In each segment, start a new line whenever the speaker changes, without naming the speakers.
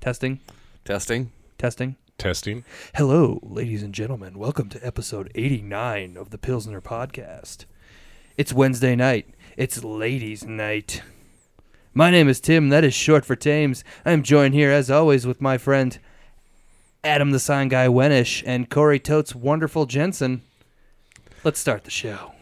Testing,
Testing.
testing.
Testing.
Hello, ladies and gentlemen. Welcome to episode 89 of the Pilsner Podcast. It's Wednesday night. It's ladies' night. My name is Tim. That is short for Thames. I am joined here, as always, with my friend Adam the Sign Guy Wenish and Corey Totes Wonderful Jensen. Let's start the show.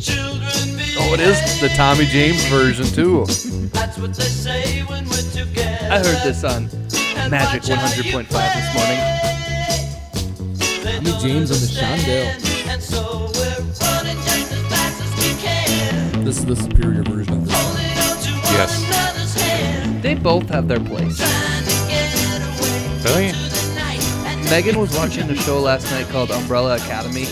Children be
Oh, it is the Tommy James version too.
That's what they say when we're together.
I heard this on
And
Magic
watch how
100.5
you
this morning.
play. They
Tommy
don't
James and the
understand, And so we're running just as fast as we can.
This is the superior version of this.
Holding on to
Yes.
one another's hand.
They both have their place.
Trying to get away
Really?
to the night and
Megan was watching a show last night called Umbrella Academy,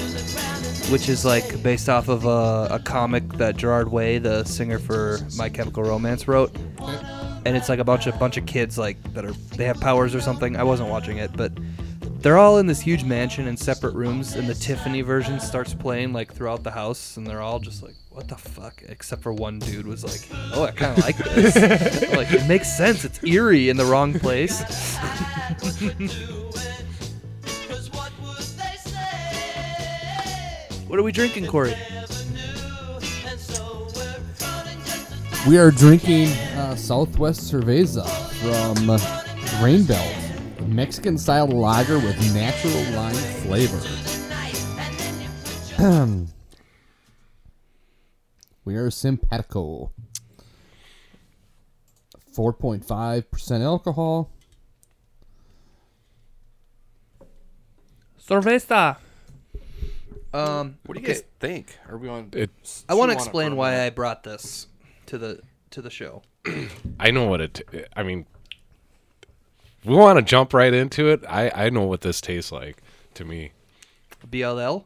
which is like based off of a, a comic that Gerard Way, the singer for My Chemical Romance, wrote. And it's like a bunch of bunch of kids like that are they have powers or something. I wasn't watching it, but they're all in this huge mansion in separate rooms, and the Tiffany version starts playing like throughout the house, and they're all just like, "What the fuck?" Except for one dude was like, "Oh, I kind of like this. like it makes sense. It's eerie in the wrong place."
Cause what would they say?
What are we drinking, Corey?
And so we're running just as
We are drinking uh, Southwest Cerveza from uh, Rain Belt, Mexican style lager with natural lime flavor. Ahem. we are simpatico. 4.5% alcohol.
Cerveza. Um,
What do you
okay,
guys think? Are we on?
I
It.
want to
you wanna
explain
burn
why I brought this to the to the show.
I know what it. I mean, we want to jump right into it. I I know what this tastes like to me.
BLL.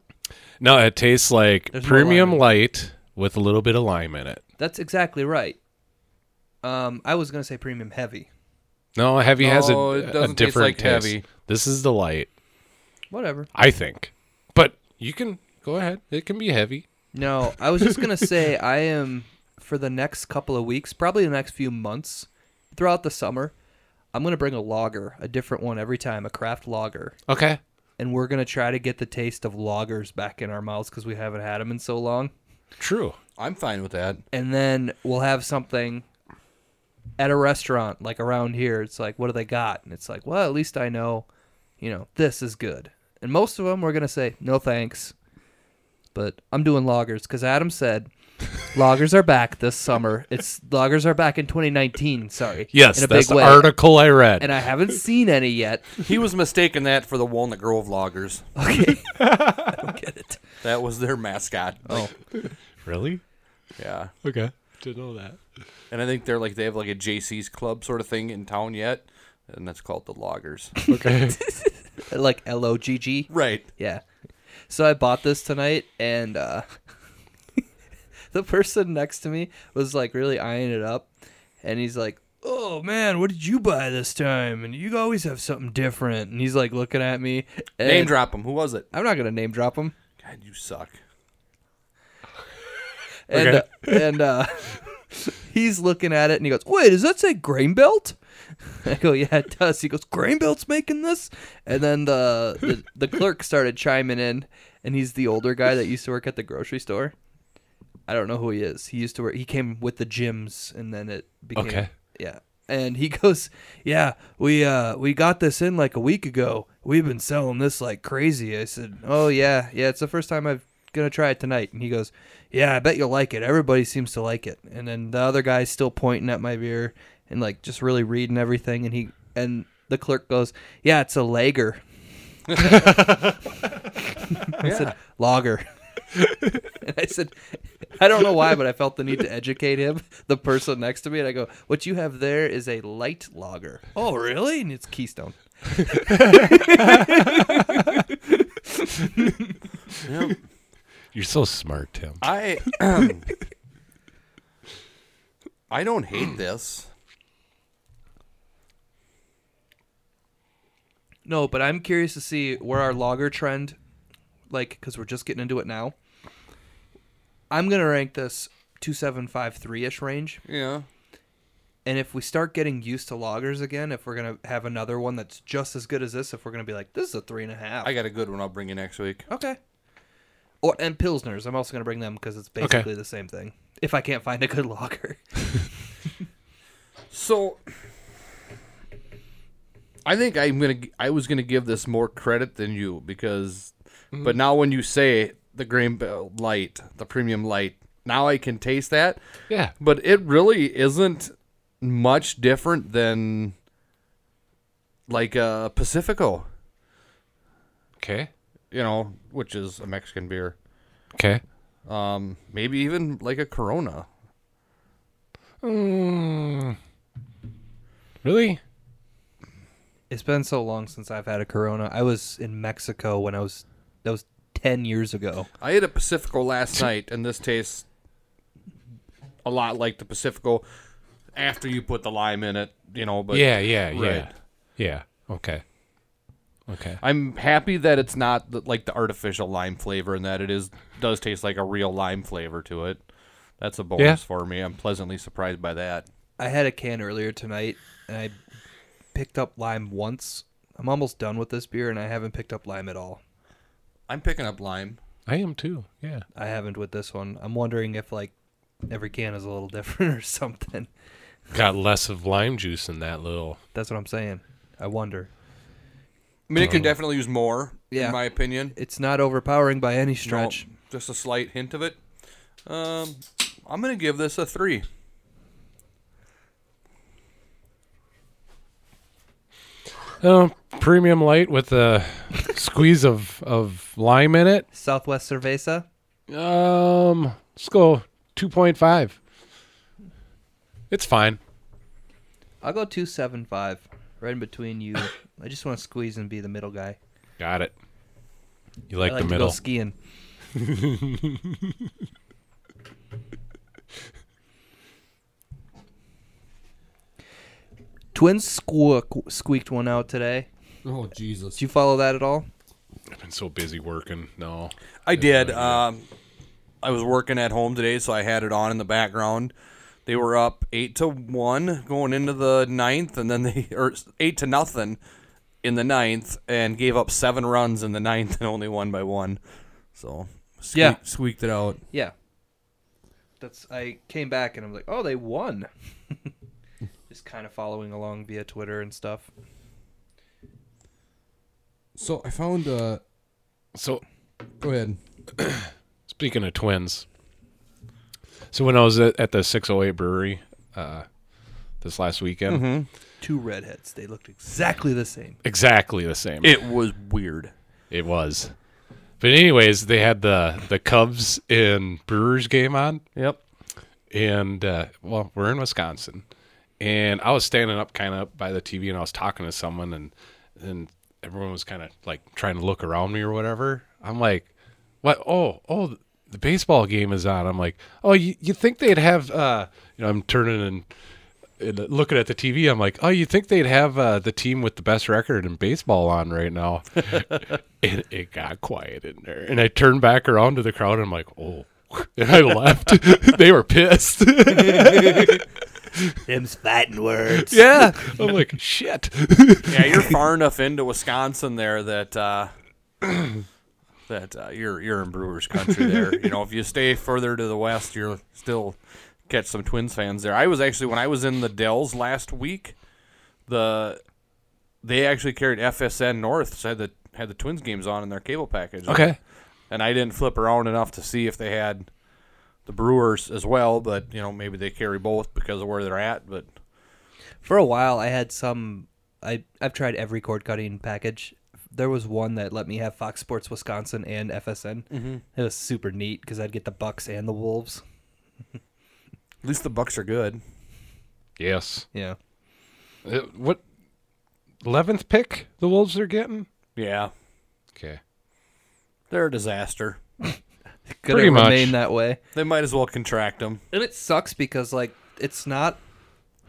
No, it tastes like
There's no
premium
lime in it.
light with a little bit of lime in it.
That's exactly right. Um, I was gonna say premium heavy.
No, heavy has a,
No, it
a
doesn't taste
different
like heavy.
taste. This is the light,
Whatever.
I think. But you can go ahead. It can be heavy.
No, I was just gonna say I am for the next couple of weeks, probably the next few months, throughout the summer, I'm gonna bring a lager, a different one every time, a craft lager,
Okay.
and we're gonna try to get the taste of lagers back in our mouths because we haven't had them in so long.
True.
I'm fine with that.
and then we'll have something at a restaurant like around here it's like what do they got and it's like well at least i know you know this is good and most of them we're going to say no thanks but i'm doing loggers because adam said loggers are back this summer it's loggers are back in 2019 sorry
Yes,
in a
that's
big
the
way
article I read.
and i haven't seen any yet
He was mistaken that for the Walnut Grove Loggers.
okay i don't get it
That was their mascot.
oh
really?
Yeah,
Okay. To know that.
and I think they're like they have like a JC's club sort of thing in town yet, and that's called the Loggers.
Okay.
like l-o-g-g
right.
Yeah. So I bought this tonight, and uh, the person next to me was like really eyeing it up, and he's like, "Oh man, what did you buy this time? And you always have something different." And he's like looking at me. And
Name drop him. Who was it?
I'm not gonna name drop him.
God, you suck.
And
Okay.
uh, and uh, he's looking at it, and he goes, "Wait, does that say grain belt?" I go, "Yeah, it does." He goes, "Grain belt's making this," and then the the, the clerk started chiming in, and he's the older guy that used to work at the grocery store. I don't know who he is. He used to work. He came with the gyms, and then it became
Okay.
yeah. And he goes, "Yeah, we uh we got this in like a week ago. We've been selling this like crazy." I said, "Oh yeah, yeah. It's the first time I'm gonna try it tonight." And he goes, "Yeah, I bet you'll like it. Everybody seems to like it." And then the other guy's still pointing at my beer and like just really reading everything. And he and the clerk goes, "Yeah, it's a lager." I said, "Lager." And I said, I don't know why, but I felt the need to educate him, the person next to me. And I go, What you have there is a light lager. Oh, really? And it's Keystone.
Yep.
You're so smart, Tim.
I I don't hate this.
No, but I'm curious to see where our lager trend, like, because we're just getting into it now. I'm gonna rank this two seven five three ish range.
Yeah.
And if we start getting used to loggers again, if we're gonna have another one that's just as good as this, if we're gonna be like, this is a three and a half.
I got a good one I'll bring you next week.
okay. Or and pilsners, I'm also gonna bring them because it's basically the same thing. If I can't find a good logger,
So I think I'm gonna I was gonna give this more credit than you because but now when you say the grain Belt light, the premium light, now I can taste that.
Yeah.
But it really isn't much different than like a Pacifico,
Okay.
you know, which is a Mexican beer.
Okay.
Um, maybe even like a Corona.
Mm. Really?
it's been so long since I've had a Corona. I was in Mexico when I was that was ten years ago.
I ate a Pacifico last night, and this tastes a lot like the Pacifico after you put the lime in it, you know. But
yeah, yeah, yeah.
right.
Yeah. Okay. Okay.
I'm happy that it's not the, like the artificial lime flavor, and that it is does taste like a real lime flavor to it. That's a bonus
Yeah.
for me. I'm pleasantly surprised by that.
I had a can earlier tonight, and I picked up lime once. I'm almost done with this beer, and I haven't picked up lime at all.
I'm picking up lime.
I am too. Yeah.
I haven't with this one. I'm wondering if like every can is a little different or something.
Got less of lime juice in that little.
That's what I'm saying. I wonder.
I mean, it
Uh-huh.
can definitely use more,
Yeah.
in my opinion.
It's not overpowering by any stretch.
No, just a slight hint of it. Um, I'm gonna give this a three.
Uh, premium light with a squeeze of of lime in it.
Southwest Cerveza.
Um, let's go 2.5. It's fine.
I'll go two seven five, right in between you. I just want to squeeze and be the middle guy.
Got it. You like,
I like
the
to go
middle.
skiing. Twins squeak, squeaked one out today.
Oh Jesus!
Did you follow that at all?
I've been so busy working. No.
I did.
what
Um, I was working at home today, so I had it on in the background. They were up eight to one going into the ninth, and then they or eight to nothing in the ninth, and gave up seven runs in the ninth and only won by one. So squeak,
Yeah.
squeaked it out.
Yeah. That's I came back and I'm like, oh, they won. Just kind of following along via Twitter and stuff.
So I found. uh
So,
Go ahead.
speaking of twins. So, when I was at, at the 608 brewery uh, this last weekend,
Two redheads. They looked exactly the same.
exactly the same.
It was weird.
It was. But anyways, they had the the Cubs and Brewers game on,
Yep.
and uh, well, we're in Wisconsin, and I was standing up kind of up by the TV, and I was talking to someone, and and everyone was kind of like trying to look around me or whatever. I'm like, what? Oh, oh, the baseball game is on. I'm like, oh, you you think they'd have? Uh, you know, I'm turning and. and Looking at the TV, I'm like, oh, you think they'd have uh, the team with the best record in baseball on right now? and it got quiet in there. And I turned back around to the crowd and I'm like, oh. And I left. they were pissed.
Them's fighting words.
yeah. I'm like, shit.
Yeah, you're far enough into Wisconsin there that uh, that uh, you're you're in Brewers country there. You know, if you stay further to the west, you're still catch some Twins fans there. I was actually when I was in the Dells last week, the they actually carried FSN North so had the had the Twins games on in their cable package.
okay.
and I didn't flip around enough to see if they had the Brewers as well, but you know maybe they carry both because of where they're at. But
For a while, I had some. I I've tried every cord cutting package. There was one that let me have Fox Sports Wisconsin and FSN. Mm-hmm. It was super neat because I'd get the Bucks and the Wolves.
at least the Bucks are good.
Yes.
Yeah.
Uh, what? 11th pick the Wolves are getting?
Yeah,
Okay.
they're a disaster.
Gonna
Pretty much.
remain that way.
They might as well contract him.
and it sucks because like it's not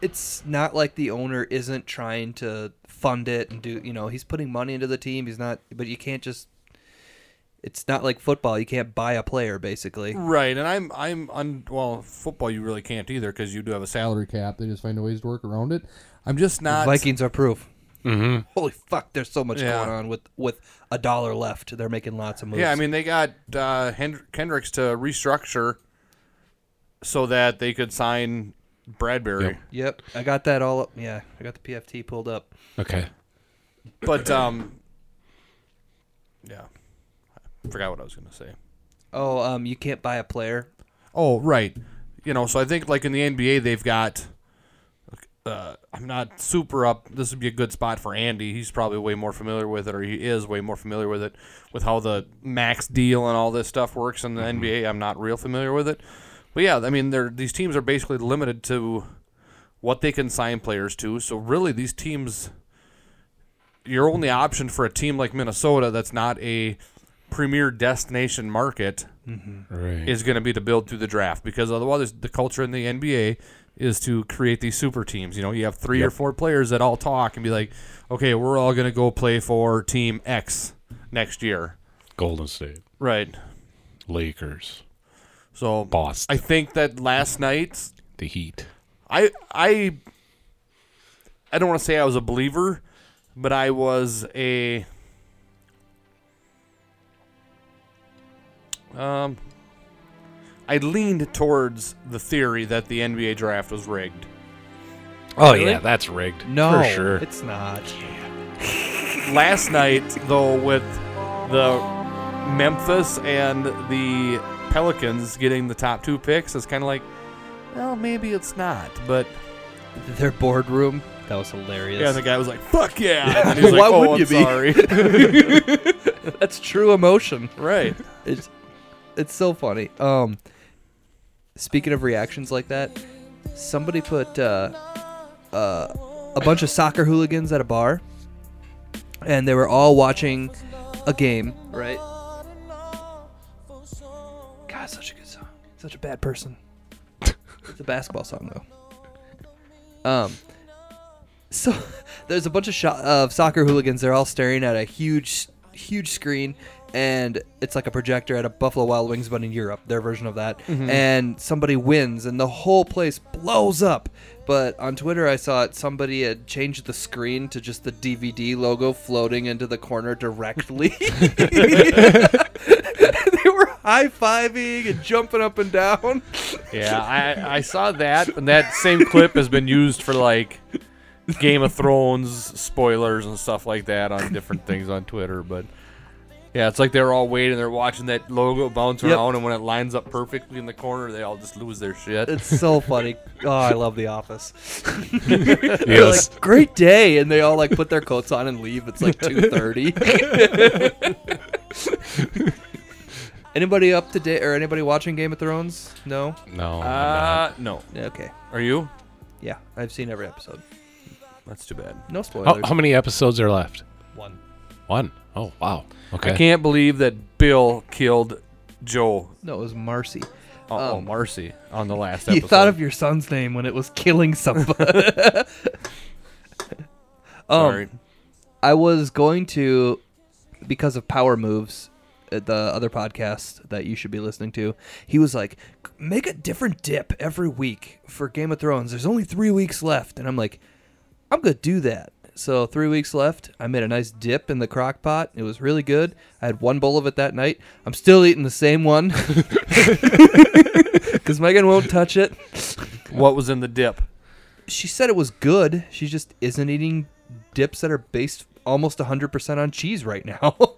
it's not like the owner isn't trying to fund it and do you know he's putting money into the team he's not but you can't just It's not like football; you can't buy a player basically.
Right, and I'm I'm un, well football. You really can't either because you do have a salary.
Salary cap. They just find ways to work around it.
I'm just not.
Vikings are proof. Mm-hmm. Holy fuck! There's so much
Yeah.
going on with with a dollar left. They're making lots of moves.
yeah, I mean they got uh, Hend- Kendricks to restructure so that they could sign Bradbury.
Yep.
Yep, I got that all up. Yeah, I got the PFT pulled up.
Okay.
But um, yeah, I forgot what I was gonna say.
Oh, um, you can't buy a player.
Oh, right. You know, so I think like in the NBA they've got. Uh, I'm not super up. This would be a good spot for Andy. He's probably way more familiar with it, or he is way more familiar with it, with how the max deal and all this stuff works in the NBA. I'm not real familiar with it, but yeah, I mean, they're these teams are basically limited to what they can sign players to. So really, these teams, your only option for a team like Minnesota that's not a premier destination market
Right.
is going to be to build through the draft because otherwise the culture in the NBA is to create these super teams. You know, you have three or four players that all talk and be like, okay, we're all going to go play for team X next year.
Golden State,
Right.
Lakers,
So I
Boston,
think that last night
the Heat.
I I I don't want to say I was a believer, but I was a um I leaned towards the theory that the NBA draft was rigged.
Oh yeah, that's rigged.
No,
for sure.
it's not.
Last night though with the Memphis and the Pelicans getting the top 2 picks, it's kind of like well, maybe it's not, but
Their boardroom. That was hilarious.
yeah, and the guy was like, "Fuck yeah!" And then he was
Why
like, "Oh,
wouldn't
I'm
you be?"
sorry."
That's true emotion.
right.
It's it's so funny. Um, speaking of reactions like that, somebody put uh, uh, a bunch of soccer hooligans at a bar, and they were all watching a game. Right. God, such a good song. Such a bad person. it's a basketball song though. Um. So there's a bunch of shot of soccer hooligans. They're all staring at a huge, huge screen, and it's like a projector at a Buffalo Wild Wings, but in Europe, their version of that. And somebody wins, and the whole place blows up. But on Twitter, I saw it. Somebody had changed the screen to just the DVD logo floating into the corner directly. they were high fiving and jumping up and down.
Yeah, I, I saw that, and that same clip has been used for like Game of Thrones spoilers and stuff like that on different things on Twitter. But yeah, it's like they're all waiting, they're watching that logo bounce
Yep.
around, and when it lines up perfectly in the corner, they all just lose their shit.
It's so funny. Oh, I love The Office. They're
Yes.
like, great day, and they all like put their coats on and leave. It's like two thirty. anybody up to date or anybody watching Game of Thrones? No.
no. I'm not.
uh, no.
Yeah, Okay.
Are you?
Yeah, I've seen every episode.
That's too bad.
No
How,
spoilers.
how many episodes are left?
One.
One. Oh wow. Okay.
I can't believe that Bill killed Joel.
No, it was Marcy.
Oh, oh,
Um,
Marcy on the last
You
episode.
thought of your son's name when it was killing somebody. um,
Sorry.
I was going to, because of Power Moves, uh, the other podcast that you should be listening to, he was like, make a different dip every week for Game of Thrones. There's only three weeks left. And I'm like, I'm going to do that. So, three weeks left. I made a nice dip in the crock pot. It was really good. I had one bowl of it that night. I'm still eating the same one because Megan won't touch it.
what was in the dip?
She said it was good. She just isn't eating dips that are based almost 100% on cheese right now.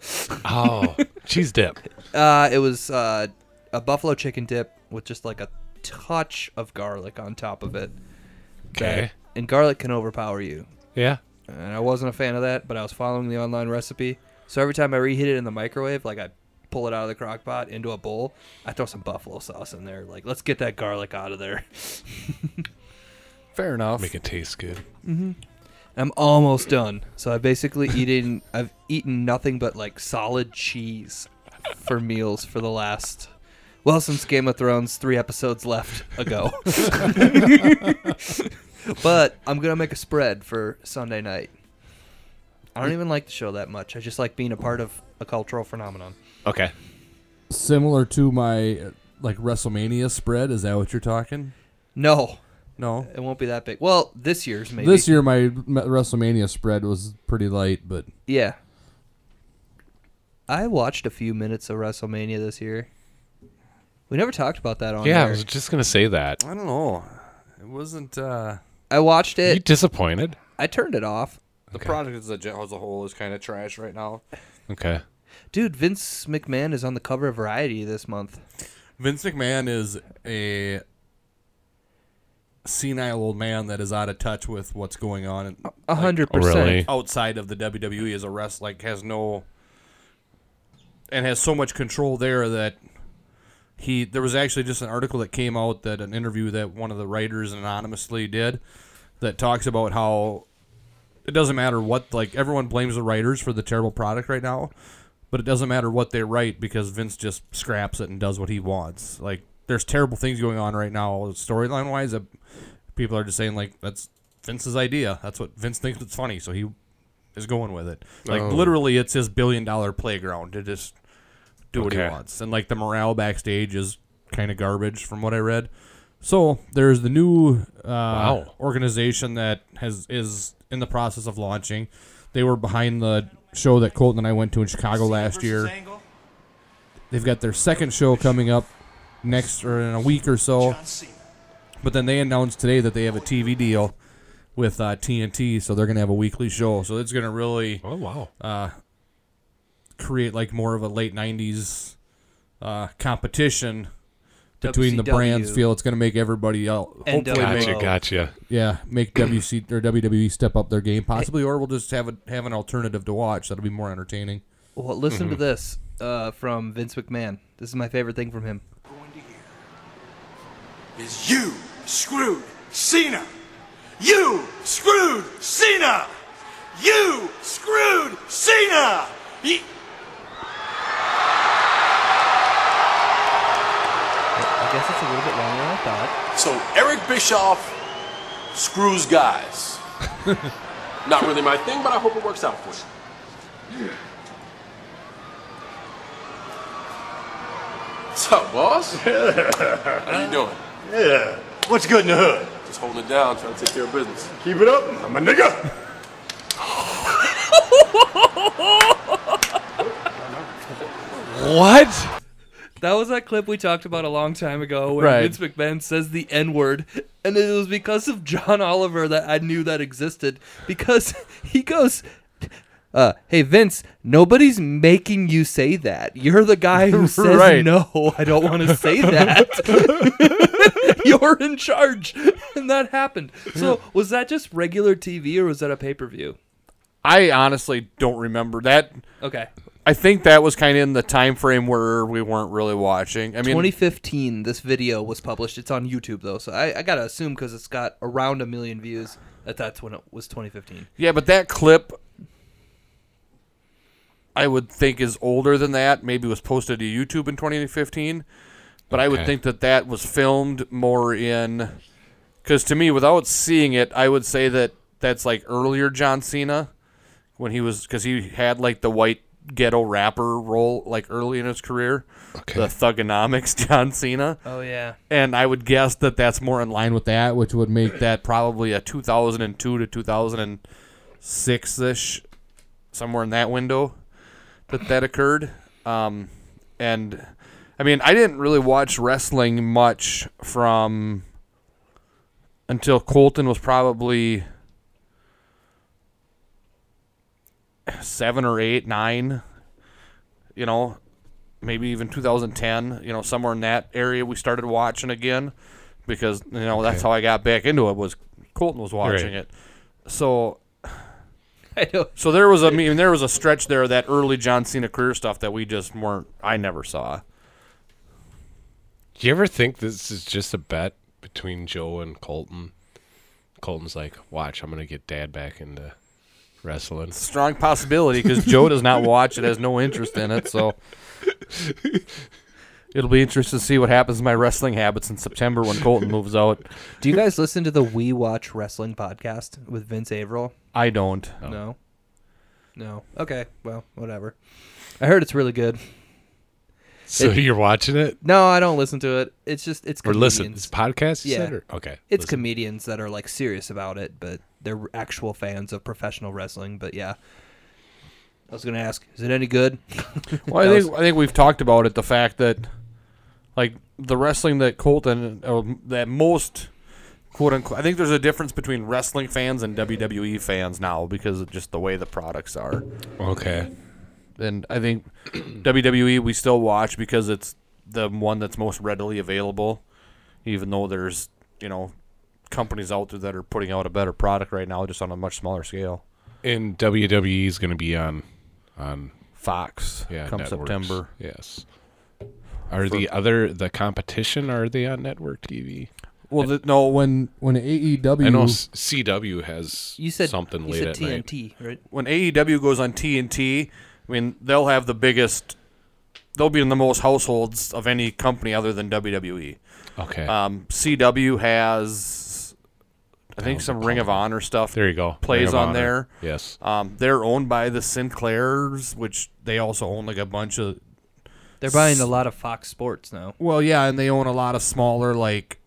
Oh, cheese dip.
Uh, it was uh, a buffalo chicken dip with just like a touch of garlic on top of it.
Okay.
And garlic can overpower you.
Yeah.
And I wasn't a fan of that, but I was following the online recipe. So every time I reheat it in the microwave, like I pull it out of the crock pot into a bowl, I throw some buffalo sauce in there. Like, let's get that garlic out of there.
Fair enough.
Make it taste good.
I'm almost done. So I basically eaten I've eaten nothing but like solid cheese for meals for the last well since Game of Thrones 3 episodes left ago. but I'm going to make a spread for Sunday night. I don't even like the show that much. I just like being a part of a cultural phenomenon.
Okay.
Similar to my uh, like WrestleMania spread. Is that what you're talking?
No,
Uh,
No.
it won't be that big. Well, this year's maybe.
This year my my WrestleMania spread was pretty light, but
yeah. I watched a few minutes of WrestleMania this year. We never talked about that on.
Yeah, I
air.
was just gonna say that.
I don't know. It wasn't. uh
I watched
Are you
it.
disappointed?
I turned it off.
The product as a, gen- as a whole is kind of trash right now.
Okay.
Dude, Vince McMahon is on the cover of Variety this month.
Vince McMahon is a senile old man that is out of touch with what's going on and
A hundred percent.
really?
outside of the WWE as a rest like has no and has so much control there that he there was actually just an article that came out that an interview that one of the writers anonymously did that talks about how it doesn't matter what like everyone blames the writers for the terrible product right now but it doesn't matter what they write because Vince just scraps it and does what he wants like there's terrible things going on right now storyline wise that people are just saying like that's Vince's idea that's what Vince thinks it's funny so he is going with it like
Oh.
literally it's his billion dollar playground to just do what
Okay.
he wants and like the morale backstage is kind of garbage from what I read so there's the new uh,
Wow.
organization that has is in the process of launching. They were behind the show that Colton and I went to in Chicago last year. They've got their second show coming up next or in a week or so. But then they announced today that they have a TV deal with uh, TNT, so they're going to have a weekly show. So it's going to really
Oh wow.
create like more of a late '90s uh, competition between the brands.
WCW.
Feel it's going to make everybody else hopefully
NWO.
make
Gotcha, gotcha.
yeah, make WC or WWE step up their game possibly, or we'll just have a,
have an alternative to watch that'll be more entertaining.
Well, listen
Mm-hmm.
to this uh, from Vince McMahon. This is my favorite thing from him.
going to hear is you screwed Cena. You screwed Cena. You screwed Cena. Ye-
I guess it's a little bit longer than I thought.
So Eric Bischoff screws guys. Not really my thing, but I hope it works out for you. What's up, boss? How you doing?
Yeah. What's good in the hood?
Just holding it down, trying to take care of business.
Keep it up. I'm a nigga.
What?
That was that clip we talked about a long time ago where
Right.
Vince McMahon says the N word, and it was because of John Oliver that I knew that existed because he goes. Uh, hey Vince, nobody's making you say that. You're the guy who says
Right.
no. I don't want to say that. You're in charge, and that happened. So was that just regular TV or was that a pay per view?
I honestly don't remember that.
Okay,
I think that was kind of in the time frame where we weren't really watching. I mean,
2015, this video was published. It's on YouTube though, so I, I gotta assume because it's got around a million views that that's when it was 2015.
yeah, but that clip I would think is older than that. Maybe was posted to YouTube in 2015, but I would
Okay.
think that that was filmed more in because to me, without seeing it, I would say that that's like earlier John Cena when he was because he had like the white ghetto rapper role like early in his career.
Okay.
the thugonomics John Cena.
Oh yeah,
And I would guess that that's more in line with that, which would make that probably a 2002 to 2006 ish, somewhere in that window that that occurred. Um, and I mean, I didn't really watch wrestling much from until Colton was probably seven or eight, nine, you know, maybe even 2010, you know, somewhere in that area we started watching again because, you know, that's how I got back into it was Colton was watching
Right.
it. So
I know.
so there was a I mean there was a stretch there of that early John Cena career stuff that we just weren't I never saw.
Do you ever think this is just a bet between Joe and Colton? Colton's like, watch, I'm gonna get Dad back into wrestling.
Strong possibility because Joe does not watch it, has no interest in it. So it'll be interesting to see what happens to my wrestling habits in September when Colton moves out.
Do you guys listen to the We Watch Wrestling podcast with Vince Averill?
I don't.
No, no. Okay, well, whatever. I heard it's really good.
So you're watching it
No, I don't listen to it. It's just it's
or
comedians.
listen? It's podcast. You
Yeah.
said, or- okay.
It's
listen.
comedians that are like serious about it, but they're actual fans of professional wrestling. But yeah, I was gonna ask, is it any good?
Well,
That
I
was-
think I think we've talked about it. The fact that, like, the wrestling that Colton uh, that most quote unquote, I think there's a difference between wrestling fans and WWE fans now because of just the way the products are.
okay.
And I think WWE we still watch because it's the one that's most readily available, even though there's you know companies out there that are putting out a better product right now, just on a much smaller scale.
And WWE is going to be on on
Fox,
yeah
come
networks.
September.
Yes. Are the other the competition? Are they on network TV?
Well, the, no, when
When E AEW
I know S- CW has
You said
something
You
late
said
at night.
TNT, right?
when AEW goes on TNT, I mean they'll have the biggest, they'll be in the most households of any company other than WWE.
Okay.
Um, CW has, I think some Ring of Honor stuff.
there you go. Ring
Plays
of
on
Honor.
there.
Yes.
Um, they're owned by the Sinclairs, which they also own like a bunch of.
They're buying a lot of Fox Sports now.
Well, yeah, and they own a lot of smaller like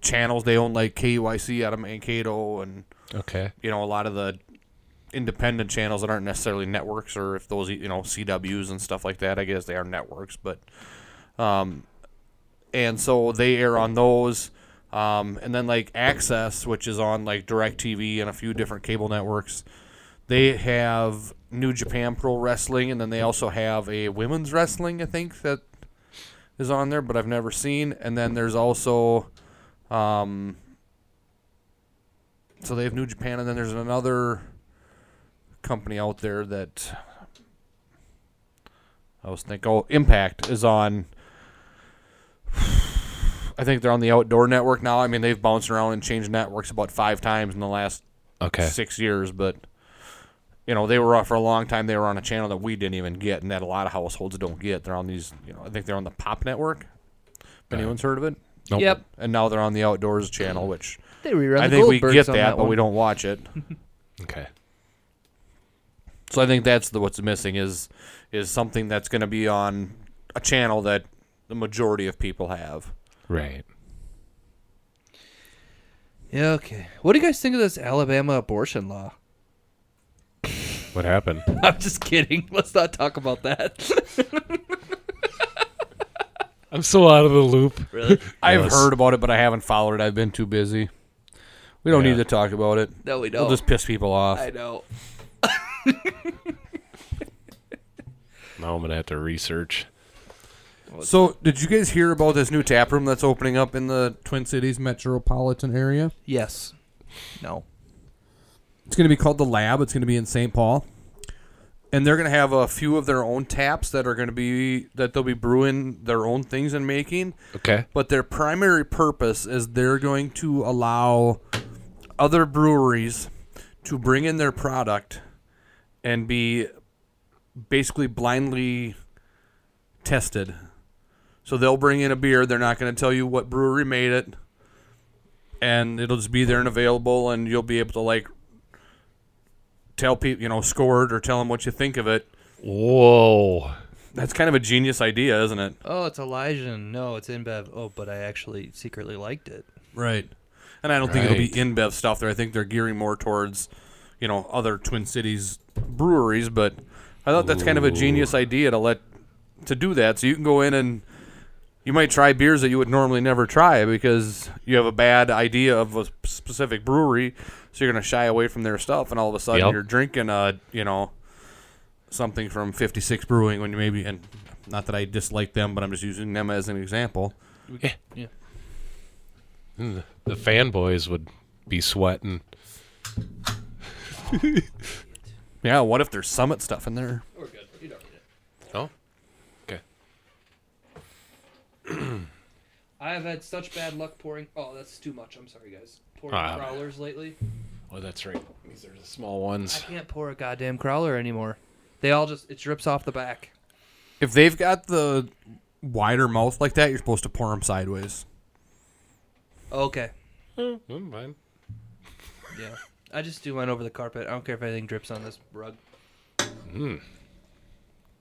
channels. They own like KYC out of Mankato and
Okay.
you know a lot of the independent channels that aren't necessarily networks or if those you know CWs and stuff like that I guess they are networks but um and so they air on those um and then like Access which is on like DirecTV and a few different cable networks they have New Japan Pro Wrestling and then they also have a women's wrestling I think that is on there but I've never seen and then there's also um so they have New Japan, and then there's another company out there that I was thinking. Oh, Impact is on. I think they're on the Outdoor Network now. I mean, they've bounced around and changed networks about five times in the last
Okay.
six years, but you know they were off for a long time. They were on a channel that we didn't even get, and that a lot of households don't get. They're on these. You know, I think they're on the Pop Network. If anyone's heard of it,
Nope.
Yep,
and now they're on the Outdoors channel, which
they rerun.
I
the
think we
Goldbergs
get that,
on that
but we
one.
don't watch it.
Okay.
So I think that's the, what's missing is is something that's going to be on a channel that the majority of people have.
Right.
Yeah, okay. What do you guys think of this Alabama abortion law?
What happened?
I'm just kidding. Let's not talk about that.
I'm so out of the loop.
really?
I've
Yes.
heard about it, but I haven't followed it. I've been too busy. We don't
Yeah.
need to talk about it.
No, we don't.
It'll just piss people off.
I know.
Now I'm gonna have to research.
So, did you guys hear about this new tap room that's opening up in the Twin Cities metro?
metropolitan area.
Yes. No.
It's going to be called the Lab. It's going to be in St. Paul, and they're going to have a few of their own taps that are going to be that they'll be brewing their own things and making.
Okay.
but their primary purpose is they're going to allow other breweries to bring in their product and be basically blindly tested. So they'll bring in a beer, they're not going to tell you what brewery made it, and it'll just be there and available, and you'll be able to like tell people, you know, score it or tell them what you think of it.
Whoa.
That's kind of a genius idea, isn't it?
Oh, it's Elijah. No, it's InBev. Oh, but I actually secretly liked it.
Right. And I don't think it'll be
Right.
InBev stuff there. I think they're gearing more towards, you know, other Twin Cities breweries. But I thought that's kind of a genius idea to let to do that. So you can go in and you might try beers that you would normally never try because you have a bad idea of a specific brewery. So you're gonna shy away from their stuff, and all of a sudden
Yep.
you're drinking a you know something from 56 Brewing when you maybe and not that I dislike them, but I'm just using them as an example.
The fanboys would be sweating.
Yeah, what if there's Summit stuff in there?
Oh. Okay.
I have had such bad luck pouring. Oh, that's too much. I'm sorry, guys. Pouring
Ah.
crawlers lately.
Oh, that's right. These are the small
I
ones.
can't pour a goddamn crawler anymore. They all just it drips off the back.
If they've got the wider mouth like that, you're supposed to pour them sideways.
Okay.
Mm, fine.
Yeah.
Hmm.
I just do mine over the carpet. I don't care if anything drips on this rug.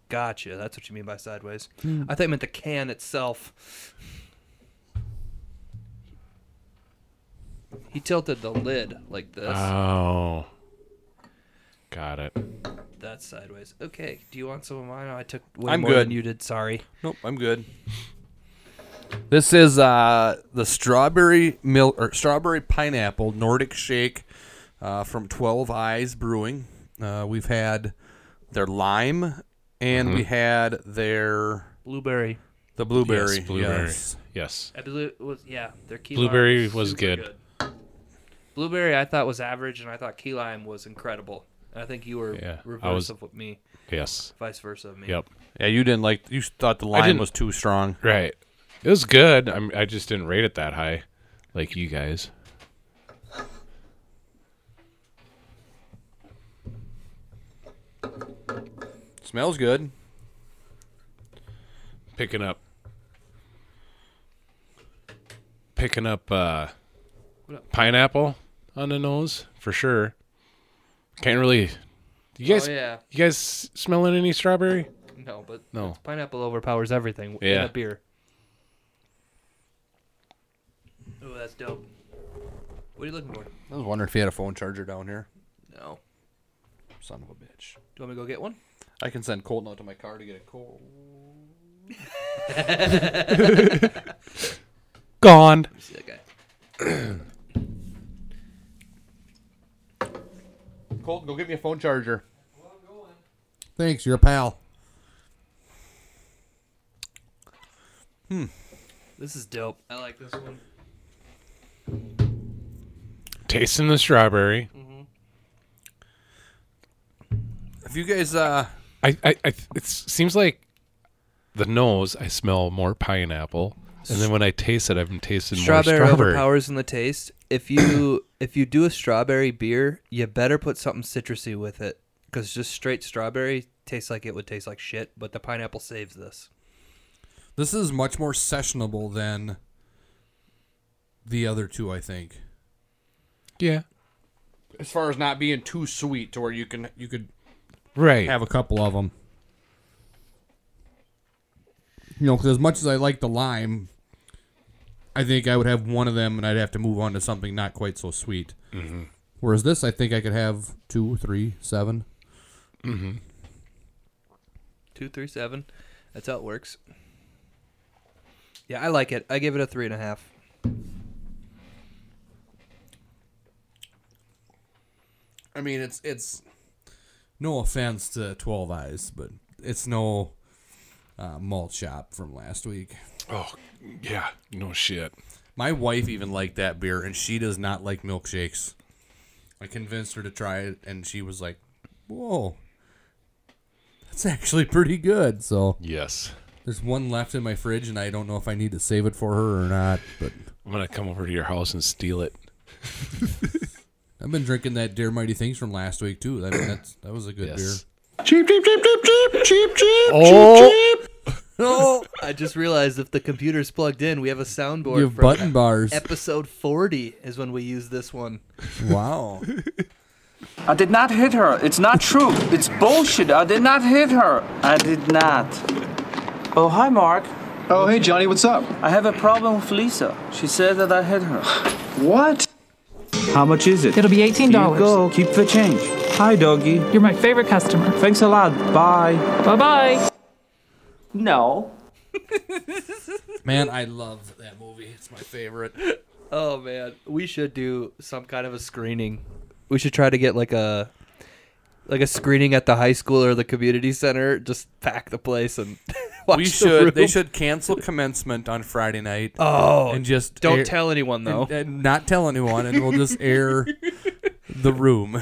Gotcha. That's what you mean by sideways. I thought you meant the can itself. He tilted the lid like this.
Oh. Got it.
That's sideways. Okay. Do you want some of mine? Oh, I took way
I'm
more
good.
than you did. Sorry.
Nope, I'm good. This is uh, the strawberry milk or strawberry pineapple Nordic shake uh, from Twelve Eyes Brewing. Uh, we've had their lime, and we had their
Blueberry.
the blueberry.
Yes, blueberry.
yes.
Yes.
I believe it was yeah. Their key
Blueberry
lime
was
super
good.
Blueberry I thought was average, and I thought key lime was incredible. And I think you were
Yeah, I
reverse
was-
of me,
Yes.
vice versa of me.
Yep.
Yeah, you didn't like. You thought the lime
didn't-
was too strong.
Right. It was good. I, mean, I just didn't rate it that high, like you guys.
Smells good.
Picking up. Picking up uh, pineapple on the nose for sure. Can't really. You guys,
Oh yeah.
you guys smelling any strawberry?
No, but
No.
it's pineapple overpowers everything in
Yeah.
a beer. Oh, that's dope. What are you looking for?
I was wondering if you had a phone charger down here.
No.
Son of a bitch.
Do you want me to go get one?
I can send Colton out to my car to get a cold.
Gone.
See that guy.
Colton, go get me a phone charger.
Thanks, you're a pal.
This is dope. I like this one.
Tasting the strawberry.
If you guys, uh,
I, I, I it seems like the nose. I smell more pineapple, and then when I taste it, I've been tasting
Strawberry,
more strawberry.
overpowers in the taste. If you if you do a strawberry beer, you better put something citrusy with it, because just straight strawberry tastes like it would taste like shit. But the pineapple saves this.
this is much more sessionable than the other two, I think.
Yeah,
As far as not being too sweet, to where you can you could
right.
have a couple of them.
You know,
As much as I like the lime, I think I would have one of them, and I'd have to move on to something not quite so sweet.
whereas this, I think I could have two, three, seven.
Two, three, seven. That's how it works. Yeah, I like it. I give it a three and a half.
I mean, it's it's no offense to Twelve Eyes, but it's no uh, malt shop from last week.
Oh, yeah. No shit.
My wife even liked that beer, and she does not like milkshakes. I convinced her to try it, and she was like, "Whoa, that's actually pretty good." So
Yes.
there's one left in my fridge, and I don't know if I need to save it for her or not. But
I'm gonna come over to your house and steal it.
I've been drinking that Dear Mighty Things from last week too. That that's, that was a good
Yes.
Oh.
No, Oh, I just realized if the computer's plugged in, we have a soundboard.
You have
for
button bars.
Episode forty is when we use this one.
Wow.
I did not hit her. It's not true. It's bullshit. I did not hit her. I did not. Oh, hi, Mark.
Oh, hey, Johnny, what's up?
I have a problem with Lisa. She said that I hit her.
What?
How much is it?
It'll be $18.
Here you go. Keep the change. Hi, doggy.
You're my favorite customer.
Thanks a lot. Bye.
Bye bye.
No.
Man, I love that movie. It's my favorite.
Oh man, we should do some kind of a screening. We should try to get like a like a screening at the high school or the community center. Just pack the place and watch
We
the
should. They
room.
should cancel commencement on Friday night.
Oh,
and just
don't
air-
tell anyone though.
and, and not tell anyone, and we'll just air the room.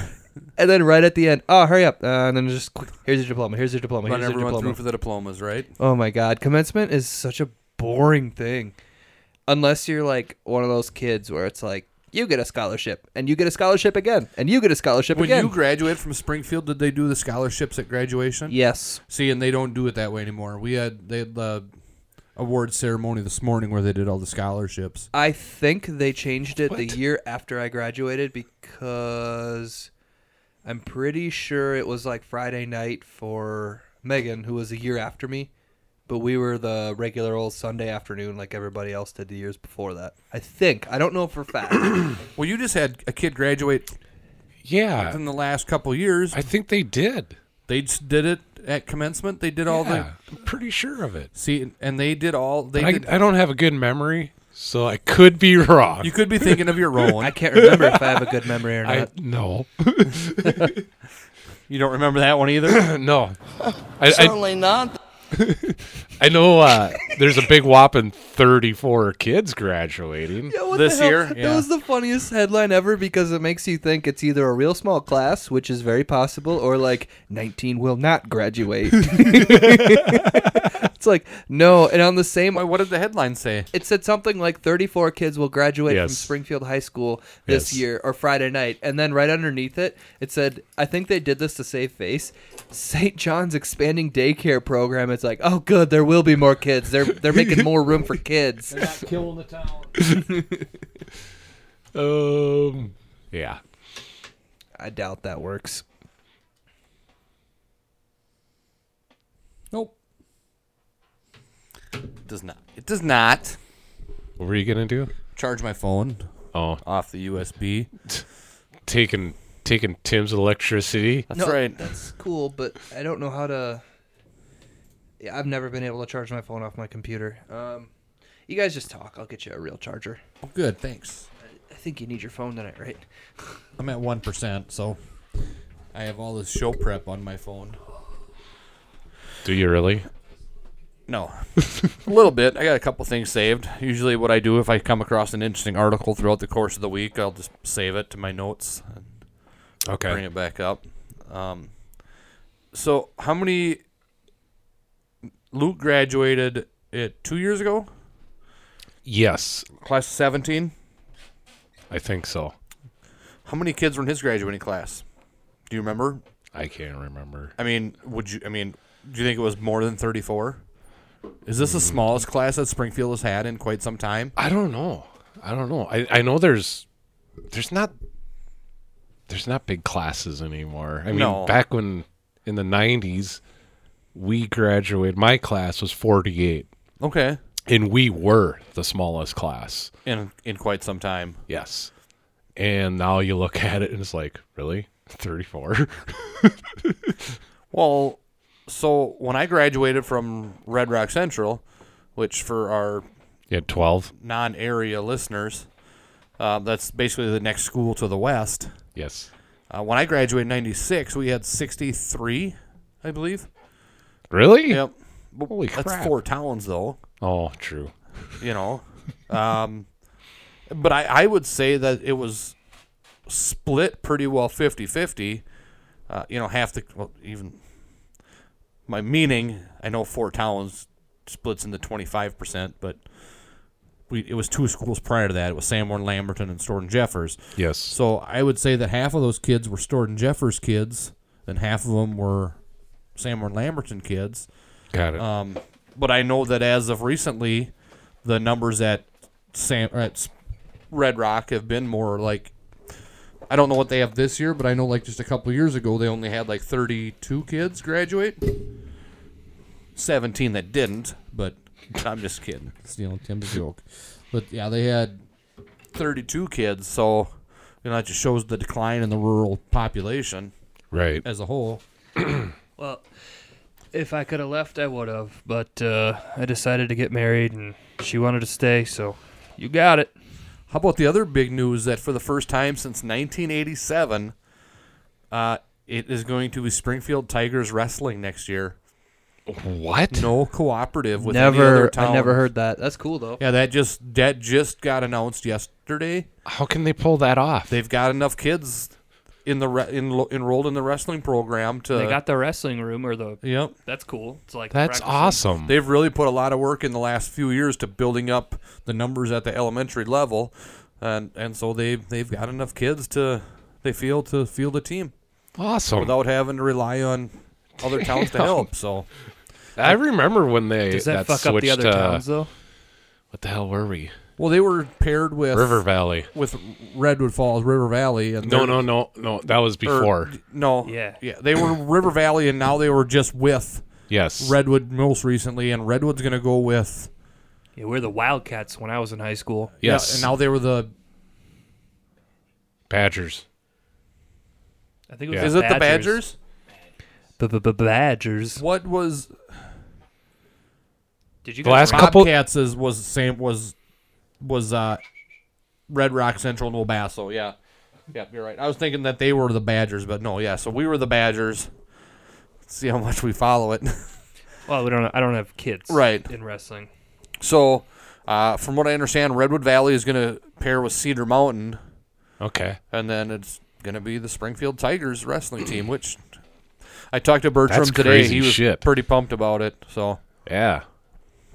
And then right at the end, oh hurry up! Uh, and then just quick, here's your diploma. Here's your diploma.
Run
Here's your
everyone
diploma.
through for the diplomas, right?
Oh my god, commencement is such a boring thing. Unless you're like one of those kids where it's like you get a scholarship and you get a scholarship again and you get a scholarship
When
again.
you graduate from Springfield, did they do the scholarships at graduation?
yes.
See, and they don't do it that way anymore. We had they had the award ceremony this morning where they did all the scholarships.
I think they changed it the year after I graduated because I'm pretty sure it was like Friday night for
Megan, who was a year after me, but we were the regular old Sunday afternoon like everybody else did the years before that. I think. I don't know for a fact.
well, you just had a kid graduate.
Yeah.
Within the last couple years, I
think they did.
They just did it at commencement. They did all the.
Yeah, I'm pretty sure of it.
See, and they did all. They
I,
did,
I don't have a good memory, so I could be wrong.
You could be thinking of your Roland.
I can't remember if I have a good memory or not.
I- no.
you don't remember that one either?
no.
Certainly not.
I know uh, there's a big whopping 34 kids graduating
Yeah, what the hell? That was the funniest headline ever because it makes you think it's either a real small class, which is very possible, or like 19 will not graduate. it's like, no. And on the same.
what did the headline say?
It said something like 34 kids will graduate from
Yes.
Springfield High School this
Yes.
year or Friday night. And then right underneath it, it said, I think they did this to save face. St. John's expanding daycare program. It's like, oh, good, there will be more kids. They're they're making more room for kids.
They're not killing the um, yeah.
I doubt that works.
Nope. Does not. It does not.
What were you gonna do?
Charge my phone.
Oh,
off the USB.
Taking taking Tim's electricity.
That's right.
That's cool, but I don't know how to. Yeah, I've never been able to charge my phone off my computer. Um, you guys just talk. I'll get you a real charger.
Good, thanks.
I think you need your phone tonight, right?
I'm at one percent, so I have all this show prep on my phone.
Do you really?
No, a little bit. I got a couple things saved. Usually, what I do if I come across an interesting article throughout the course of the week, I'll just save it to my notes and
Okay.
bring it back up. Um, so, how many? Luke graduated it two years ago,
Yes,
class of seventeen.
I think so.
How many kids were in his graduating class? Do you remember?
I can't remember.
I mean, would you? I mean, do you think it was more than thirty-four? Is this the smallest class that Springfield has had in quite some time?
I don't know. I don't know. I, I know there's there's not there's not big classes anymore. I mean,
No.
back when in the '90s, we graduated. My class was 48,
Okay,
and we were the smallest class.
in in quite some time.
Yes. And now you look at it and it's like, really? 34?
Well, so when I graduated from Red Rock Central, which for our
yeah, 12.
non-area listeners, uh, that's basically the next school to the west.
Yes.
Uh, when I graduated in '96, we had 63, I believe.
Really?
Yep.
Holy
that's
crap.
four towns though.
Oh, true.
you know. Um, but I, I would say that it was split pretty well 50 50. Uh, you know, half the, well, even my meaning, I know Fort Towns splits into 25%, but we, it was two schools prior to that. It was Sanborn, Lamberton, and Storton Jeffers.
Yes.
So I would say that half of those kids were Storton Jeffers kids, and half of them were Sanborn, Lamberton kids.
Got it.
Um, but I know that as of recently, the numbers at Sam or at S- Red Rock have been more like I don't know what they have this year, but I know like just a couple years ago they only had like 32 kids graduate, 17 that didn't. But I'm just kidding, stealing Tim's joke. But yeah, they had 32 kids, so you know that just shows the decline in the rural population
right.
as a whole.
Well, if I could have left, I would have, but uh, I decided to get married, and she wanted to stay, so you got it.
How about the other big news that for the first time since 1987, uh, it is going to be Springfield Tigers wrestling next year.
What?
No cooperative with any other
never,
town.
I never heard that. That's cool though.
Yeah, that just that just got announced yesterday.
How can they pull that off?
They've got enough kids in the re- in, enrolled in the wrestling program to.
They got the wrestling room or the.
Yep.
That's cool. It's like
That's
practicing.
awesome.
They've really put a lot of work in the last few years to building up the numbers at the elementary level, and and so they they've got enough kids to they feel to field a team.
awesome.
without having to rely on other towns to
Damn.
help. So
I remember when they
Does that, fuck up
switched
the other
uh,
towns though?
What the hell were we?
well, they were paired with
River Valley.
with Redwood Falls, River Valley, and
No,
they're- er,
no, no, no. That was
or-
before.
no,
Yeah.
yeah, they were River Valley, and now they were just with
Yes.
Redwood most recently, and Redwood's going to go with
Yeah, we're the Wildcats when I was in high school.
Yes.
and now they were the
Badgers.
I think it
Is
was
it the Badgers?
the Badgers?
What was
Did you
The guys last couple-
Bobcats is, was same was was uh Red Rock Central and Wabasso. Yeah, yeah, you're right. I was thinking that they were the Badgers, but no, yeah. So we were the Badgers. Let's see how much we follow it.
Well, we don't. I don't have kids.
Right.
In wrestling.
so, uh, from what I understand, Redwood Valley is going to pair with Cedar Mountain,
Okay.
and then it's going to be the Springfield Tigers wrestling team, which. I talked to Bertram
That's
today.
crazy
he was
shit.
pretty pumped about it. So
Yeah.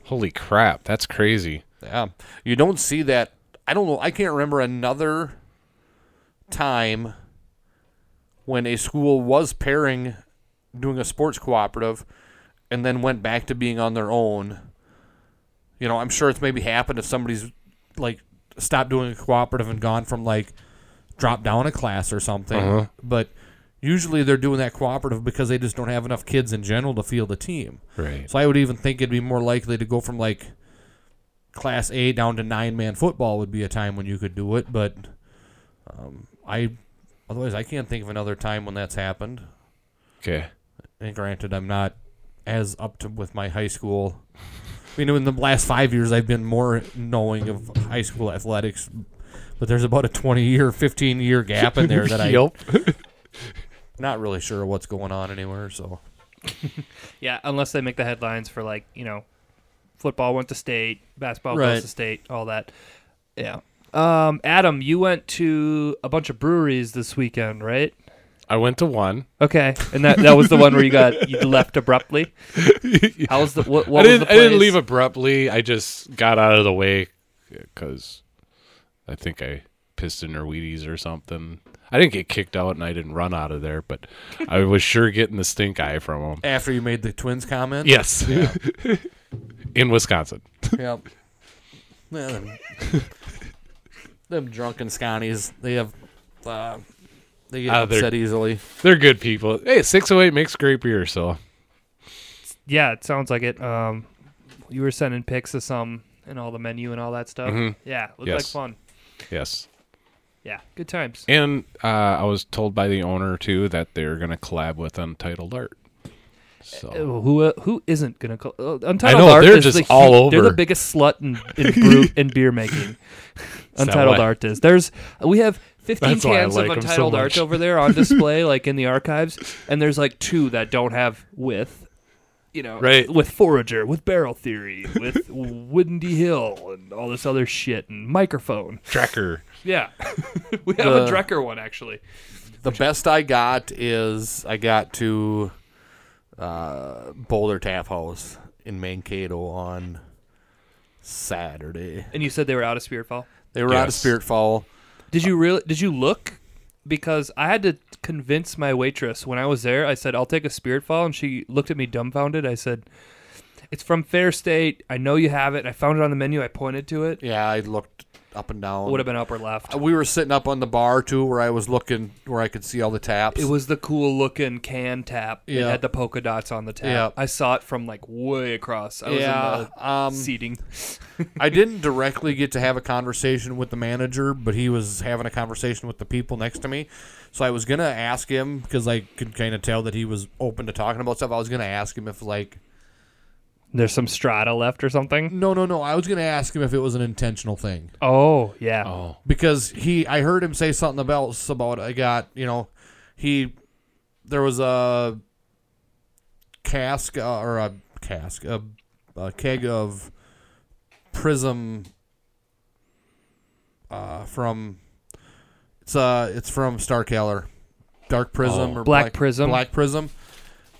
Holy crap. That's crazy.
Yeah. You don't see that. I don't know. I can't remember another time when a school was pairing, doing a sports cooperative, and then went back to being on their own. You know, I'm sure it's maybe happened if somebody's like stopped doing a cooperative and gone from like drop down a class or something.
Uh-huh.
But usually they're doing that cooperative because they just don't have enough kids in general to field a team.
Right.
So I would even think it'd be more likely to go from like class A down to nine man football would be a time when you could do it, but um, I otherwise I can't think of another time when that's happened.
Okay.
And granted, I'm not as up to with my high school. I mean, in the last five years, I've been more knowing of high school athletics, but there's about a 20 year, 15 year gap in there that I'm
Yup.
not really sure what's going on anywhere. So
Yeah, unless they make the headlines for like you know, football went to state, basketball
Right.
goes to state, all that. Yeah. Um, Adam, you went to a bunch of breweries this weekend, right?
I went to one.
Okay, and that that was the one where you got you left abruptly. How was the what, what
I didn't.
was the
I didn't
place?
leave abruptly. I just got out of the way because I think I pissed in her Wheaties or something. I didn't get kicked out and I didn't run out of there, but I was sure getting the stink eye from them.
after you made the twins comment,
Yes, in Wisconsin.
Yep. Yeah, them, them drunken Scotties, they have, uh, they get
Ah, they're-
upset easily.
They're good people. Hey, six oh eight makes great beer, so
Yeah, it sounds like it. Um, you were sending pics of some and all the menu and all that stuff. Yeah, looked
Mm-hmm.
like
Yes.
fun.
yes.
Yeah, good times.
And uh, I was told by the owner too that they're going to collab with Untitled Art. So
Oh, Who uh, who isn't gonna call? Uh, Untitled
I know,
Art
they're
is
just
the, hu-
all
They're
over.
the biggest slut in in, brew, in beer making.
that
Untitled
why?
Art is. There's we have 15
That's why I
cans
like 'em
of
so
Untitled Art
much.
over there on display, like in the archives, and there's like two that don't have with. You know,
Right.
with Forager, with Barrel Theory, with Windy Hill, and all this other shit, and microphone.
tracker.
Yeah, we have a
The-
Drecker one actually.
The best I got is I got to uh, Boulder Tap House in Mankato on Saturday.
And you said they were out of Spiritfall.
They were out of
Yes.
Spirit Fall.
Did you really? Did you look? Because I had to convince my waitress when I was there. I said, "I'll take a spirit fall," and she looked at me dumbfounded. I said, "It's from Fair State. I know you have it. I found it on the menu. I pointed to it.
Yeah, I looked up and down.
Would have been upper left.
We were sitting up on the bar too, where I was looking, where I could see all the taps.
It was the cool looking can tap. It
Yeah.
had the polka dots on the tap.
Yeah.
I saw it from like way across. I was
yeah,
in the
um,
seating.
I didn't directly get to have a conversation with the manager, but he was having a conversation with the people next to me. So I was gonna ask him because I could kind of tell that he was open to talking about stuff. I was gonna ask him if like
There's some strata left or something.
no, no, no. I was gonna ask him if it was an intentional thing
Oh yeah.
Oh,
because he I heard him say something else about I got you know he there was a cask uh, or a cask a, a keg of prism uh, from it's uh it's from Starkeller dark prism
Oh.
or
Black Prism.
black prism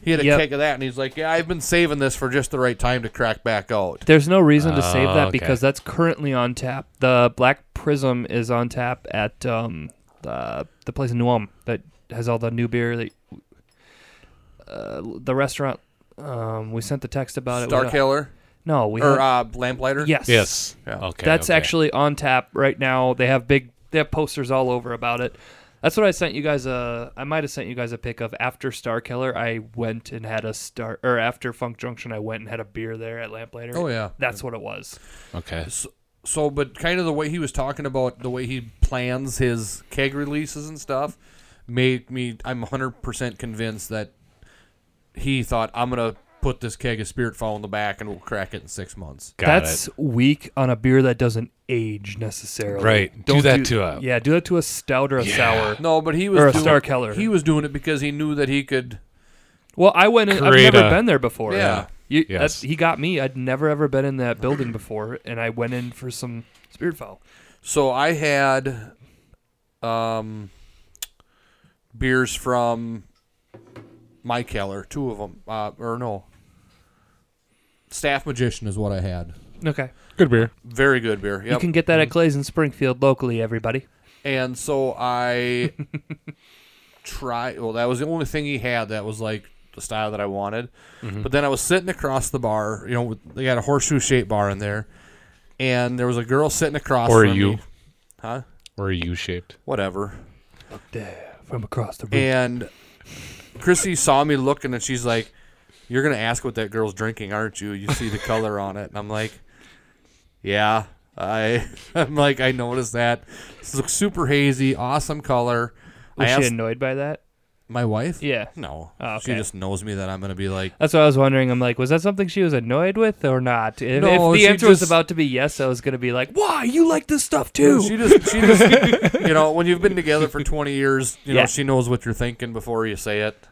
he had a
Yep.
keg of that and he's like yeah I've been saving this for just the right time to crack back out
There's no reason to save
Oh,
that
okay.
because that's currently on tap. The Black Prism is on tap at um, the the place in New Ulm that has all the new beer. That, uh, the restaurant um, we sent the text about it. What-
Starkeller
No, we
or
had,
uh, lamplighter
yes
yes.
Yeah.
Okay.
that's
okay.
actually on tap right now. They have big they have posters all over about it. That's what I sent you guys. A, I might have sent you guys a pic of after Star Killer. I went and had a star, or after Funk Junction, I went and had a beer there at Lamplighter.
Oh, yeah.
that's what it was.
Okay.
So, so, but kind of the way he was talking about the way he plans his keg releases and stuff made me. I'm 100 percent convinced that he thought I'm gonna put this keg of Spirit Fall in the back and we'll crack it in six months.
that's weak on a beer that doesn't age necessarily.
Right. Do that to a-
yeah. Do that to a stout or a sour.
No, but he was
or a
doing,
Star Keller.
He was doing it because he knew that he could.
Well, I went. In, I've
Create
never
a-
been there before.
Yeah.
You,
Yes.
that, he got me. I'd never ever been in that building before, and I went in for some spirit foul.
So I had um, beers from my Keller, two of them, uh, or no. Staff Magician is what I had.
Okay.
Good beer.
Very good beer. Yep.
You can get that at Clay's in Springfield locally, everybody.
And so I try. Well, that was the only thing he had that was like the style that I wanted.
Mhm.
But then I was sitting across the bar. You know, with- they had a horseshoe shaped bar in there, and there was a girl sitting across.
Or
from
you.
me. Huh?
Or are you shaped?
Whatever.
There, from across the room.
And Chrissy saw me looking, and she's like, "You're gonna ask what that girl's drinking, aren't you? You see the color on it." And I'm like, "Yeah." I, I'm like, I noticed that. This looks super hazy, awesome color.
Was
I
she
asked
annoyed by that?
my wife.
Yeah.
No,
Oh,
she
okay.
just knows me that I'm gonna be like,
That's what I was wondering. I'm like, was that something she was annoyed with or not? If,
No,
if
she
the answer was
just-
about to be yes, I was gonna be like, why you like this stuff
Dude,
too?
she just, she just, you know, when you've been together for 20 years, you know,
Yeah.
she knows what you're thinking before you say it.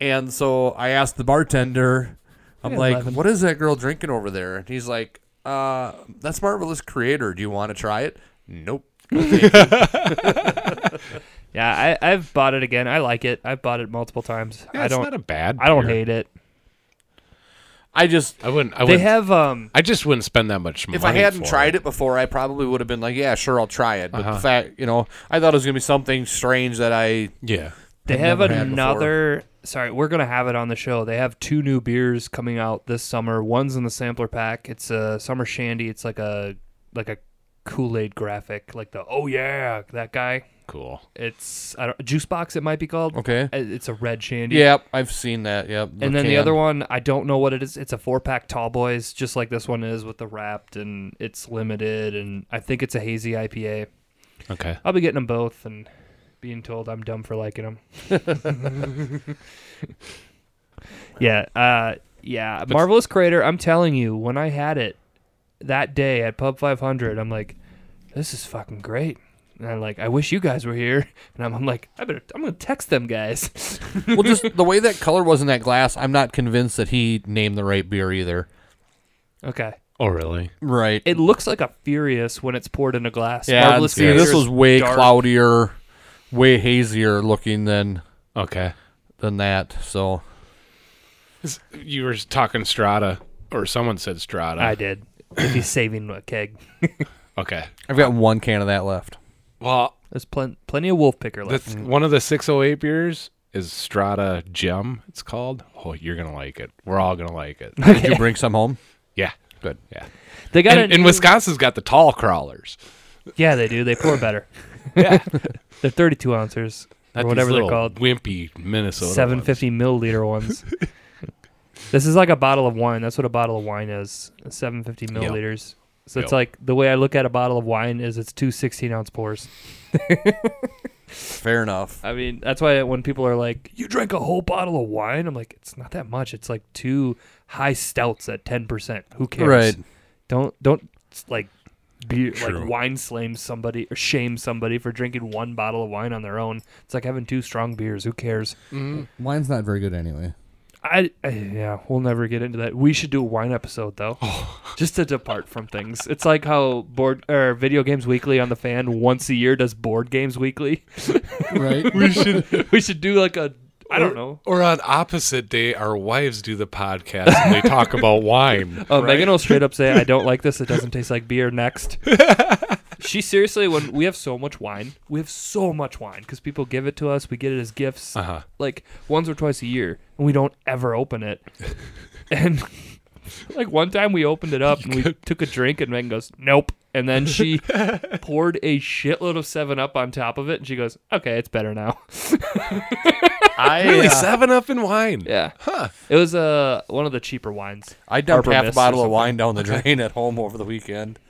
And so I asked the bartender, I'm
Yeah,
like,
eleven.
what is that girl drinking over there? And he's like, uh, that's Marvelous Creator. Do you want to try it? Nope.
yeah, I, I've bought it again. I like it. I've bought it multiple times.
Yeah,
I
it's
don't.
not a bad
I don't
beer.
hate it.
I just,
I wouldn't. I
They
wouldn't.
have um.
I just wouldn't spend that much money.
if I hadn't
for
tried it before, I probably would have been like, yeah, sure, I'll try it. But
Uh-huh.
the fact, you know, I thought it was going to be something strange that I,
Yeah.
They
I've
have
never had
another. Sorry, we're gonna have it on the show. They have two new beers coming out this summer. One's in the sampler pack. It's a summer shandy. It's like a like a Kool Aid graphic, like the oh yeah that guy.
Cool.
It's I don't juice box. It might be called.
Okay.
Uh, It's a red shandy.
yep, I've seen that. Yep.
And then the
can.
other one, I don't know what it is. It's a four pack tall boys, just like this one is with the wrapped, and it's limited, and I think it's a hazy IPA.
Okay.
I'll be getting them both, and being told I'm dumb for liking them. yeah, uh, yeah. Marvelous Crater. I'm telling you, when I had it that day at Pub 500, I'm like, this is fucking great. And I'm like, I wish you guys were here. And I'm, I'm like, I better, I'm gonna text them guys.
well, just the way that color was in that glass, I'm not convinced that he named the right beer either.
okay.
Oh, really?
Right.
It looks like a furious when it's poured in a glass.
yeah.
Marvelous
see, this
Crater
was
is
way
dark.
cloudier, way hazier looking than
Okay.
than that. So
You were talking Strata, or someone said Strata.
I did. If he's saving a keg,
Okay.
I've got one can of that left.
Well,
there's plen- plenty of wolf picker
the
left.
th- one of the 608 beers is Strata Gem, it's called. Oh, you're going to like it. We're all going to like it.
Did you bring some home?
yeah.
Good.
Yeah.
They got
And,
a
and
new-
Wisconsin's got the tall crawlers.
Yeah, they do. They pour better. they're 32 ounces
Not
or
these
whatever they're
little
called,
Wimpy Minnesota.
750 milliliter ones. this is like a bottle of wine. That's what a bottle of wine is. 750 milliliters. So it's
Yep.
like the way I look at a bottle of wine is it's two 16 ounce pours.
Fair enough.
I mean, that's why when people are like, "You drank a whole bottle of wine," I'm like, "It's not that much. It's like two high stouts at 10 percent. Who cares?
Right.
Don't don't like be
True.
like wine slame somebody or shame somebody for drinking one bottle of wine on their own. It's like having two strong beers. Who cares?
Wine's not very good anyway.
I, I yeah, we'll never get into that. We should do a wine episode though, just to depart from things. It's like how board or video games weekly on the fan once a year does board games weekly.
Right?
we should do like a I don't know.
Or on opposite day, our wives do the podcast and they talk about wine.
Oh, Megan will straight up say, "I don't like this. It doesn't taste like beer." Next, she seriously. When we have so much wine, we have so much wine because people give it to us. We get it as gifts,
Uh-huh.
like once or twice a year, and we don't ever open it. and like one time we opened it up and we took a drink and Megan goes, "Nope," and then she poured a shitload of Seven Up on top of it and she goes, "Okay, it's better now."
I,
really
uh,
seven up in wine.
Yeah, huh? It was uh one of the cheaper wines.
I dumped
Harbor
half a
Mist or
bottle of
something.
wine down the drain at home over the weekend.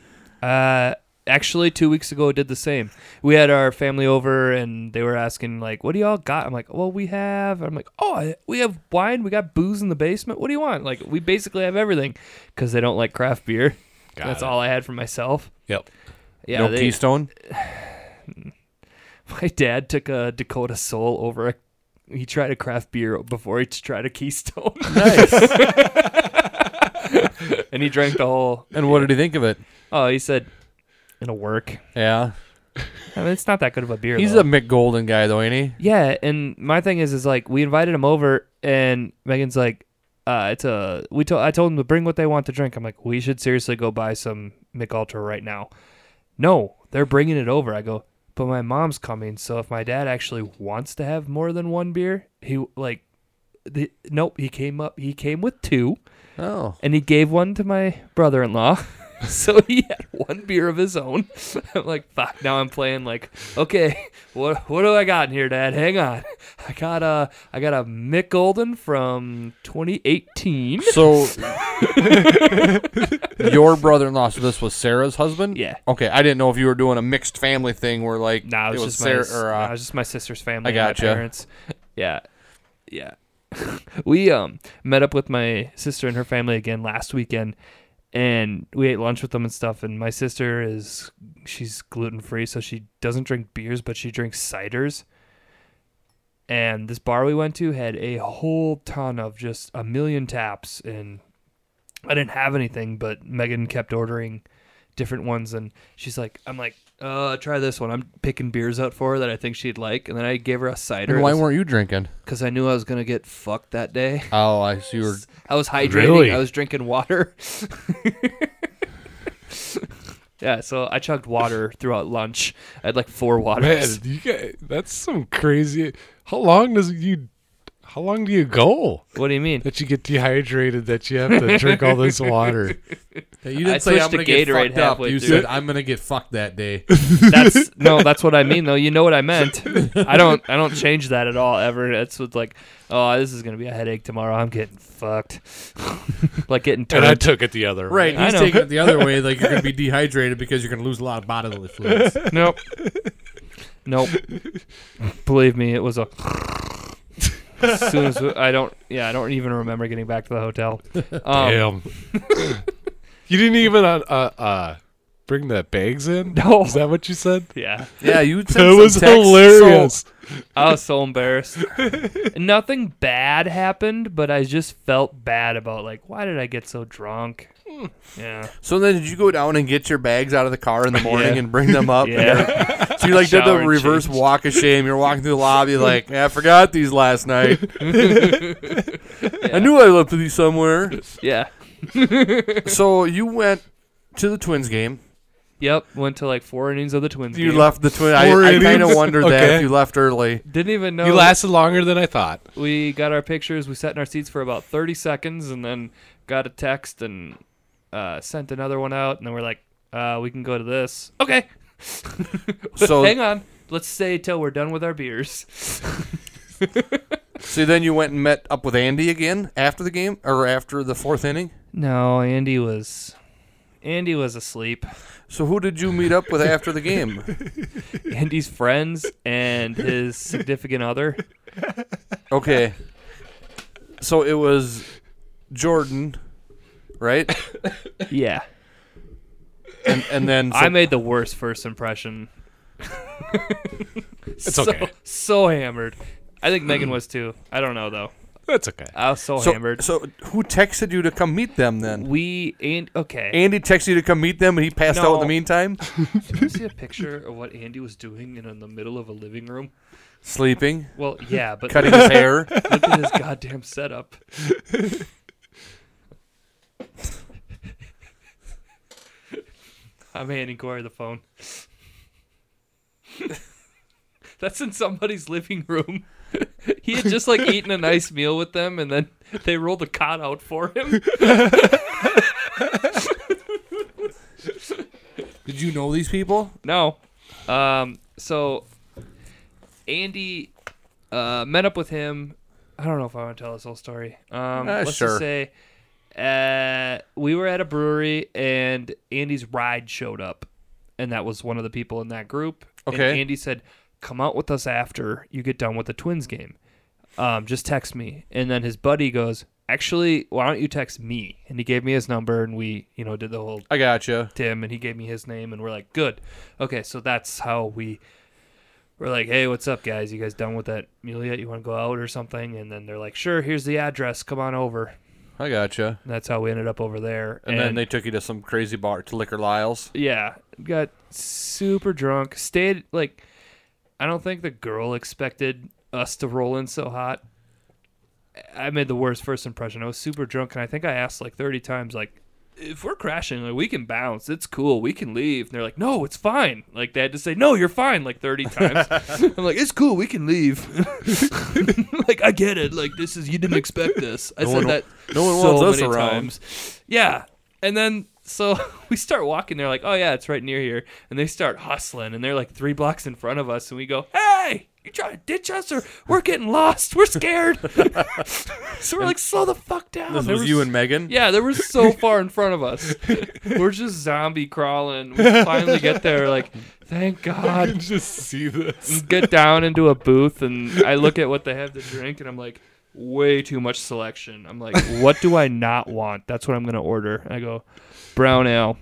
Uh, actually, two weeks ago, I did the same. We had our family over, and they were asking, like, "What do y'all got?" I'm like, "Well, we have." I'm like, "Oh, I- we have wine. We got booze in the basement. What do you want?" Like, we basically have everything because they don't like craft beer.
Got
That's
it.
all I had for myself.
Yep.
Yeah.
no
they-
Keystone.
My dad took a Dakota Soul over a. He tried a craft beer before he tried a Keystone. Nice. and he drank the whole.
And what did he think of it?
Oh, he said, "It'll work."
Yeah,
I mean, it's not that good of a beer.
he's
though.
a Mick Golden guy though, ain't he?
Yeah, and my thing is, is like we invited him over, and Megan's like, uh, "It's a we told I told him to bring what they want to drink." I'm like, "We should seriously go buy some McUltra right now." No, they're bringing it over. I go, but my mom's coming, so if my dad actually wants to have more than one beer, he like, the, nope, he came up, he came with two,
Oh,
and he gave one to my brother-in-law. So he had one beer of his own. I'm like, fuck. Now I'm playing like, okay, what what do I got in here, Dad? Hang on, I got a I got a Mick Golden from 2018.
so your brother-in-law. So this was Sarah's husband.
Yeah.
Okay, I didn't know if you were doing a mixed family thing where like
Nah, it was, just
Sarah.
my
or, uh,
nah, it was just my sister's family.
I
and my
gotcha.
parents. Yeah, yeah. we um met up with my sister and her family again last weekend, and we ate lunch with them and stuff. And my sister is she's gluten free, so she doesn't drink beers, but she drinks ciders. And this bar we went to had a whole ton of just a million taps and I didn't have anything, but Megan kept ordering different ones, and she's like, "I'm like, uh, try this one." I'm picking beers out for her that I think she'd like, and then I gave her a cider.
and why weren't you drinking?
Because I knew I was gonna get fucked that day.
Oh, I see. You were
I was hydrating.
Really?
I was drinking water. yeah, so I chugged water throughout lunch. I had like four
Man,
waters.
you get, that's some crazy. How long does you? How long do you go
What do you mean?
that you get dehydrated that you have to drink all this water?
Yeah, you
I switched to Gatorade halfway
You
through.
said I'm gonna get fucked that day.
That's no, that's what I mean though. You know what I meant. I don't I don't change that at all ever. It's with like, oh, this is gonna be a headache tomorrow. I'm getting fucked. like getting
and I
turned.
took it the other way.
Right,
I
he's
know.
taking it the other way. Like you're gonna be dehydrated because you're gonna lose a lot of bodily fluids.
nope. Nope. Believe me, it was a as soon as I don't yeah, I don't even remember getting back to the hotel. Um,
Damn. you didn't even uh, uh, uh, bring the bags in.
No.
is that what you said?
yeah.
Yeah, you. That
That was hilarious.
I was so embarrassed. Nothing bad happened, but I just felt bad about like why did I get so drunk?
Hmm.
Yeah.
So then, did you go down and get your bags out of the car in the morning
Yeah.
and bring them up?
Yeah.
So you like did the
Shower and
reverse
change.
walk of shame. You're walking through the lobby like, "Yeah, I forgot these last night. I knew I left these somewhere.
yeah.
So you went to the Twins game.
Yep, went to like four innings of the Twins.
You
game.
left the Twins. I,
Four
I kind of
innings?
wondered that if
Okay.
you left early.
Didn't even know.
You lasted longer than I thought.
We got our pictures. We sat in our seats for about thirty seconds, and then got a text and uh, sent another one out. And then we're like, uh, "We can go to this." Okay.
So-
hang on. Let's stay till we're done with our beers.
So then you went and met up with Andy again after the game or after the fourth inning.
No, Andy was. Andy was asleep.
So who did you meet up with after the game?
Andy's friends and his significant other.
Okay. So it was Jordan, right?
Yeah.
And, and then so
I made the worst first impression. it's
okay.
So, so hammered. I think Megan was too. I don't know though.
That's okay.
I was so,
So,
hammered.
so who texted you to come meet them then?
we and okay.
Andy texted you to come meet them, and he passed out in the
No.
meantime,
Did you see a picture of what Andy was doing in, in the middle of a living room?
sleeping,
Well, yeah, but
cutting his hair.
look at his goddamn setup. I'm handing Corey the phone. That's in somebody's living room. he had just like eaten a nice meal with them, and then they rolled a cot out for him.
Did you know these people?
No. Um, so Andy uh, met up with him. I don't know if I want to tell this whole story. Um,
Uh,
let's
sure.
just say uh, we were at a brewery and Andy's ride showed up, and that was one of the people in that group. And
Okay.
Andy said, "Come out with us after you get done with the Twins game. Um, just text me." And then his buddy goes, "Actually, why don't you text me?" And he gave me his number, and we, you know, did the whole
I gotcha.
Tim and he gave me his name and we're like, good. Okay, so that's how we we're like, hey, what's up, guys? You guys done with that meal yet? You want to go out or something? And then they're like, sure, here's the address. Come on over.
I gotcha.
And that's how we ended up over there.
And, then they took you to some crazy bar to Liquor Lyles.
yeah, got super drunk. Stayed like, I don't think the girl expected us to roll in so hot. I made the worst first impression. I was super drunk, and I think I asked like thirty times, like, if we're crashing, like we can bounce. It's cool. We can leave. And they're like, no, it's fine. Like they had to say, no, you're fine, like thirty times. I'm like, it's cool. We can leave. like I get it. Like this is you didn't expect this. I
No
said
one-
that
no one
so
wants us
many
around.
times. Yeah. And then so we start walking. They're like, oh, yeah, it's right near here. And they start hustling. And they're like three blocks in front of us. And we go, hey, you trying to ditch us or we're getting lost? We're scared. so we're like, slow the fuck down.
This
There
was you and Megan?
Yeah, they were so far in front of us. We're just zombie crawling. We finally get there. Like, thank God.
I can just see this.
Get down into a booth. And I look at what they have to drink. And I'm like, way too much selection. I'm like, what do I not want? That's what I'm gonna order. And I go, brown ale.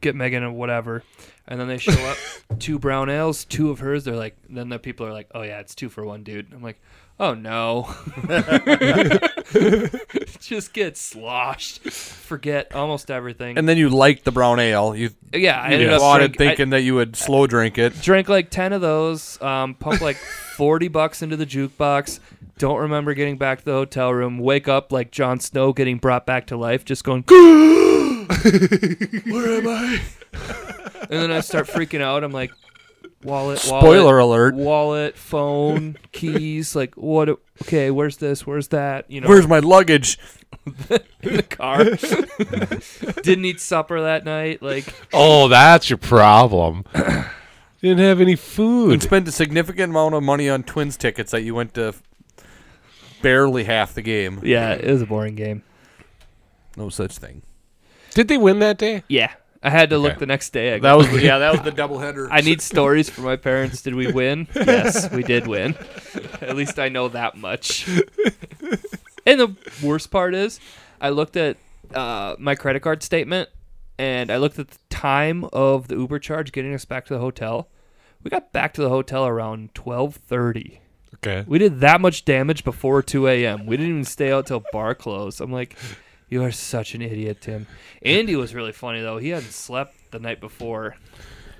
Get Megan and whatever. And then they show up, two brown ales, two of hers. They're like, then the people are like, oh yeah, it's two for one, dude. I'm like, oh no. Just get sloshed. Forget almost everything.
And then you liked the brown ale. You
Yeah, I
you
ended up
bought it
drink- I-
thinking that you would slow drink it.
Drank like 10 of those, um, pumped like 40 bucks into the jukebox. Don't remember getting back to the hotel room. Wake up like Jon Snow getting brought back to life, just going, Where am I? and then I start freaking out. I'm like, wallet, wallet.
Spoiler alert.
Wallet, phone, keys. Like, what? Okay, where's this? Where's that? You know,
Where's my luggage?
in the car. Didn't eat supper that night. Like,
Oh, that's your problem. Didn't have any
You
food.
spent a significant amount of money on Twins tickets that you went to barely half the game.
yeah, it was a boring game.
No such thing.
Did they win that day?
Yeah, I had to look
Okay.
the next day. I go,
That was yeah, that was the doubleheader.
I need stories from my parents. Did we win? Yes, we did win. At least I know that much. And the worst part is, I looked at uh, my credit card statement and I looked at the time of the Uber charge getting us back to the hotel. We got back to the hotel around twelve thirty.
Okay.
We did that much damage before 2 a.m. We didn't even stay out till bar close. I'm like, you are such an idiot, Tim. Andy was really funny though. He hadn't slept the night before.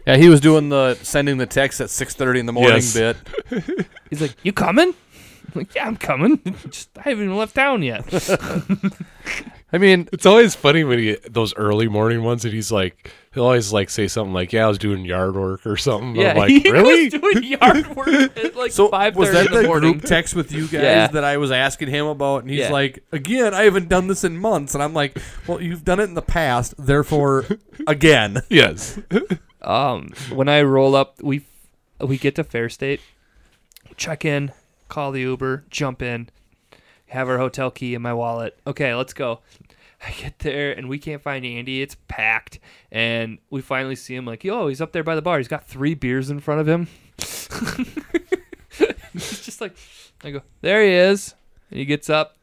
Yeah, he was doing the sending the text at six thirty in the morning
Yes.
bit.
He's like, "You coming?" I'm like, "Yeah, I'm coming. Just, I haven't even left town yet."
I mean,
It's always funny when he those early morning ones and he's like he'll always like say something like, Yeah, I was doing yard work or something.
yeah,
I'm like,
he
Really?
was doing yard work at like
so
five
was
thirty
that
in the
the
morning.
group text with you guys
Yeah.
that I was asking him about? And he's
Yeah.
like, "Again, I haven't done this in months." And I'm like, "Well, you've done it in the past, therefore, again."
yes.
Um, when I roll up, we we get to Fair State, check in, call the Uber, jump in, have our hotel key in my wallet. Okay, let's go. I get there and we can't find Andy. It's packed, and we finally see him. Like, yo, he's up there by the bar. He's got three beers in front of him. he's just like, I go, there he is. And he gets up,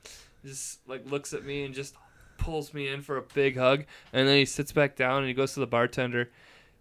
just like looks at me and just pulls me in for a big hug, and then he sits back down and he goes to the bartender.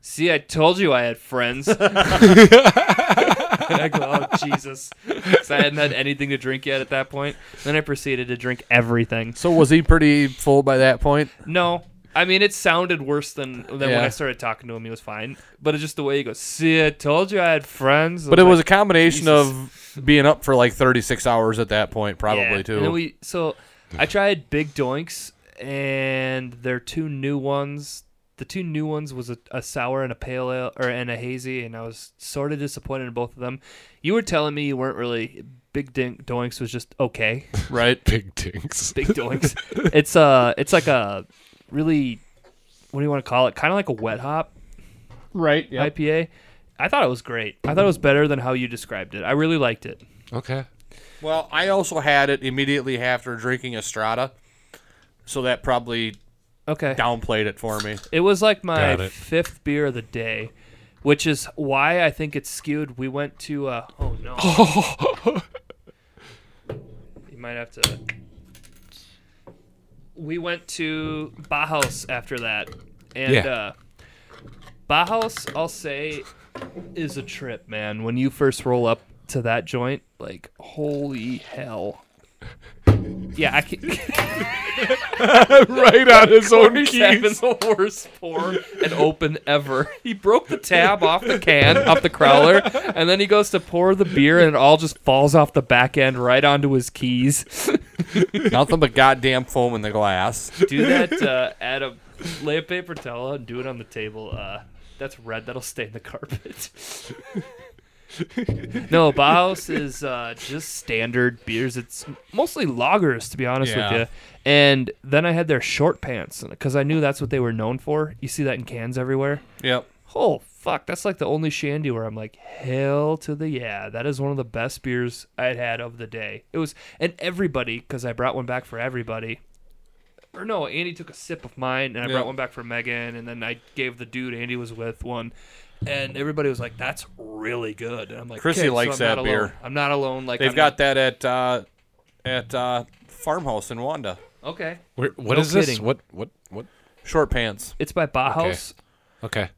See, I told you I had friends. and I go, oh Jesus, 'Cause I hadn't had anything to drink yet at that point. Then I proceeded to drink everything.
So was he pretty full by that point?
No, I mean it sounded worse than than when
Yeah.
I started talking to him. He was fine, but it's just the way he goes. See, I told you I had friends.
But it
I'm
was a
like,
combination
Jesus.
of being up for like 36 hours at that point, probably
yeah.
too.
And then we so I tried Big Doinks and their two new ones. The two new ones was a, a sour and a pale ale or and a hazy, and I was sort of disappointed in both of them. You were telling me you weren't really Big Dink Doinks was just okay.
Right.
Big Dinks.
Big Doinks. it's uh it's like a really what do you want to call it? Kind of like a wet hop.
Right.
IPA. I thought it was great. I thought it was better than how you described it. I really liked it.
Okay.
Well, I also had it immediately after drinking Estrada, so that probably
Okay.
downplayed it for me.
It was like my
Got it.
fifth beer of the day, which is why I think it's skewed. We went to uh, oh no, you might have to. We went to Bauhaus after that, and
Yeah.
uh, Bauhaus, I'll say, is a trip, man. When you first roll up to that joint, like holy hell. Yeah, I can't.
Right on his own
Corey's
keys.
having the worst pour and open ever. He broke the tab off the can, off the crowler, and then he goes to pour the beer, and it all just falls off the back end right onto his keys.
Nothing but goddamn foam in the glass.
do that. Uh, add a lay a paper towel and do it on the table. Uh, that's red. That'll stain the carpet. no, Bauhaus is uh, just standard beers. It's mostly lagers, to be honest
Yeah.
with you. And then I had their short pants because I knew that's what they were known for. You see that in cans everywhere.
Yep.
Oh fuck, that's like the only shandy where I'm like, hell to the yeah, that is one of the best beers I had had of the day. It was, and everybody, because I brought one back for everybody. Or no, Andy took a sip of mine, and I
Yeah.
brought one back for Megan, and then I gave the dude Andy was with one, and everybody was like, "That's really good." And I'm like,
Chrissy
"Okay, so
likes
I'm
that
not
beer.
alone. I'm not alone. Like
they've
I'm
got that at uh, at uh, farmhouse in Wanda.
not- okay.
Where, what
No
is this?
kidding.
What? What? What?
Short pants.
It's by Bauhaus.
Okay.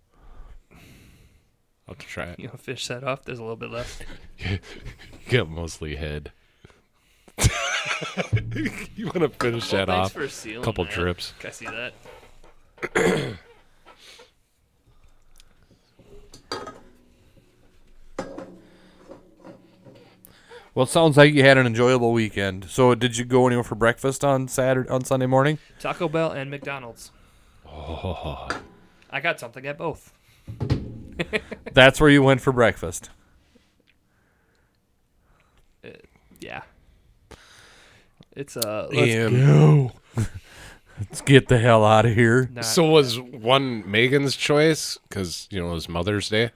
I'll have to try it.
You know, fish that off. There's a little bit left.
Get mostly head. you want to finish that
Well, thanks
off?
for sealing
Couple
that.
drips.
I see that.
Well, it sounds like you had an enjoyable weekend. So, did you go anywhere for breakfast on Saturday on Sunday morning?
Taco Bell and McDonald's.
Oh,
I got something at both.
That's where you went for breakfast.
Yeah. It's uh let's
Damn.
Let's get the hell out of here.
not-
So was one Megan's choice because you know it was Mother's Day.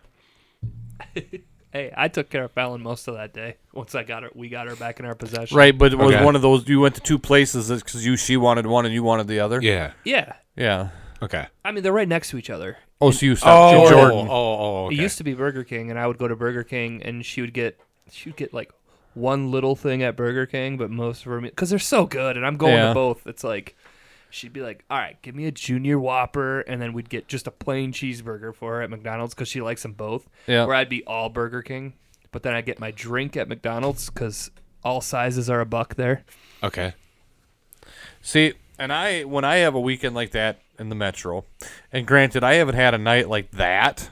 hey, I took care of Fallon most of that day. Once I got her we got her back in our possession.
Right, but it was
Okay.
one of those you went to two places because you she wanted one and you wanted the other.
Yeah.
Yeah.
Yeah.
Okay.
I mean they're right next to each other.
Oh, so you stopped in Jordan.
Oh, oh, okay.
It used to be Burger King and I would go to Burger King and she would get she would get like one little thing at Burger King, but most of her because they're so good and I'm going
Yeah.
to both. It's like she'd be like, "All right, give me a junior whopper," and then we'd get just a plain cheeseburger for her at McDonald's because she likes them both.
Yeah.
Where I'd be all Burger King, but then I get my drink at McDonald's because all sizes are a buck there.
Okay.
See, and I when I have a weekend like that in the metro, and granted I haven't had a night like that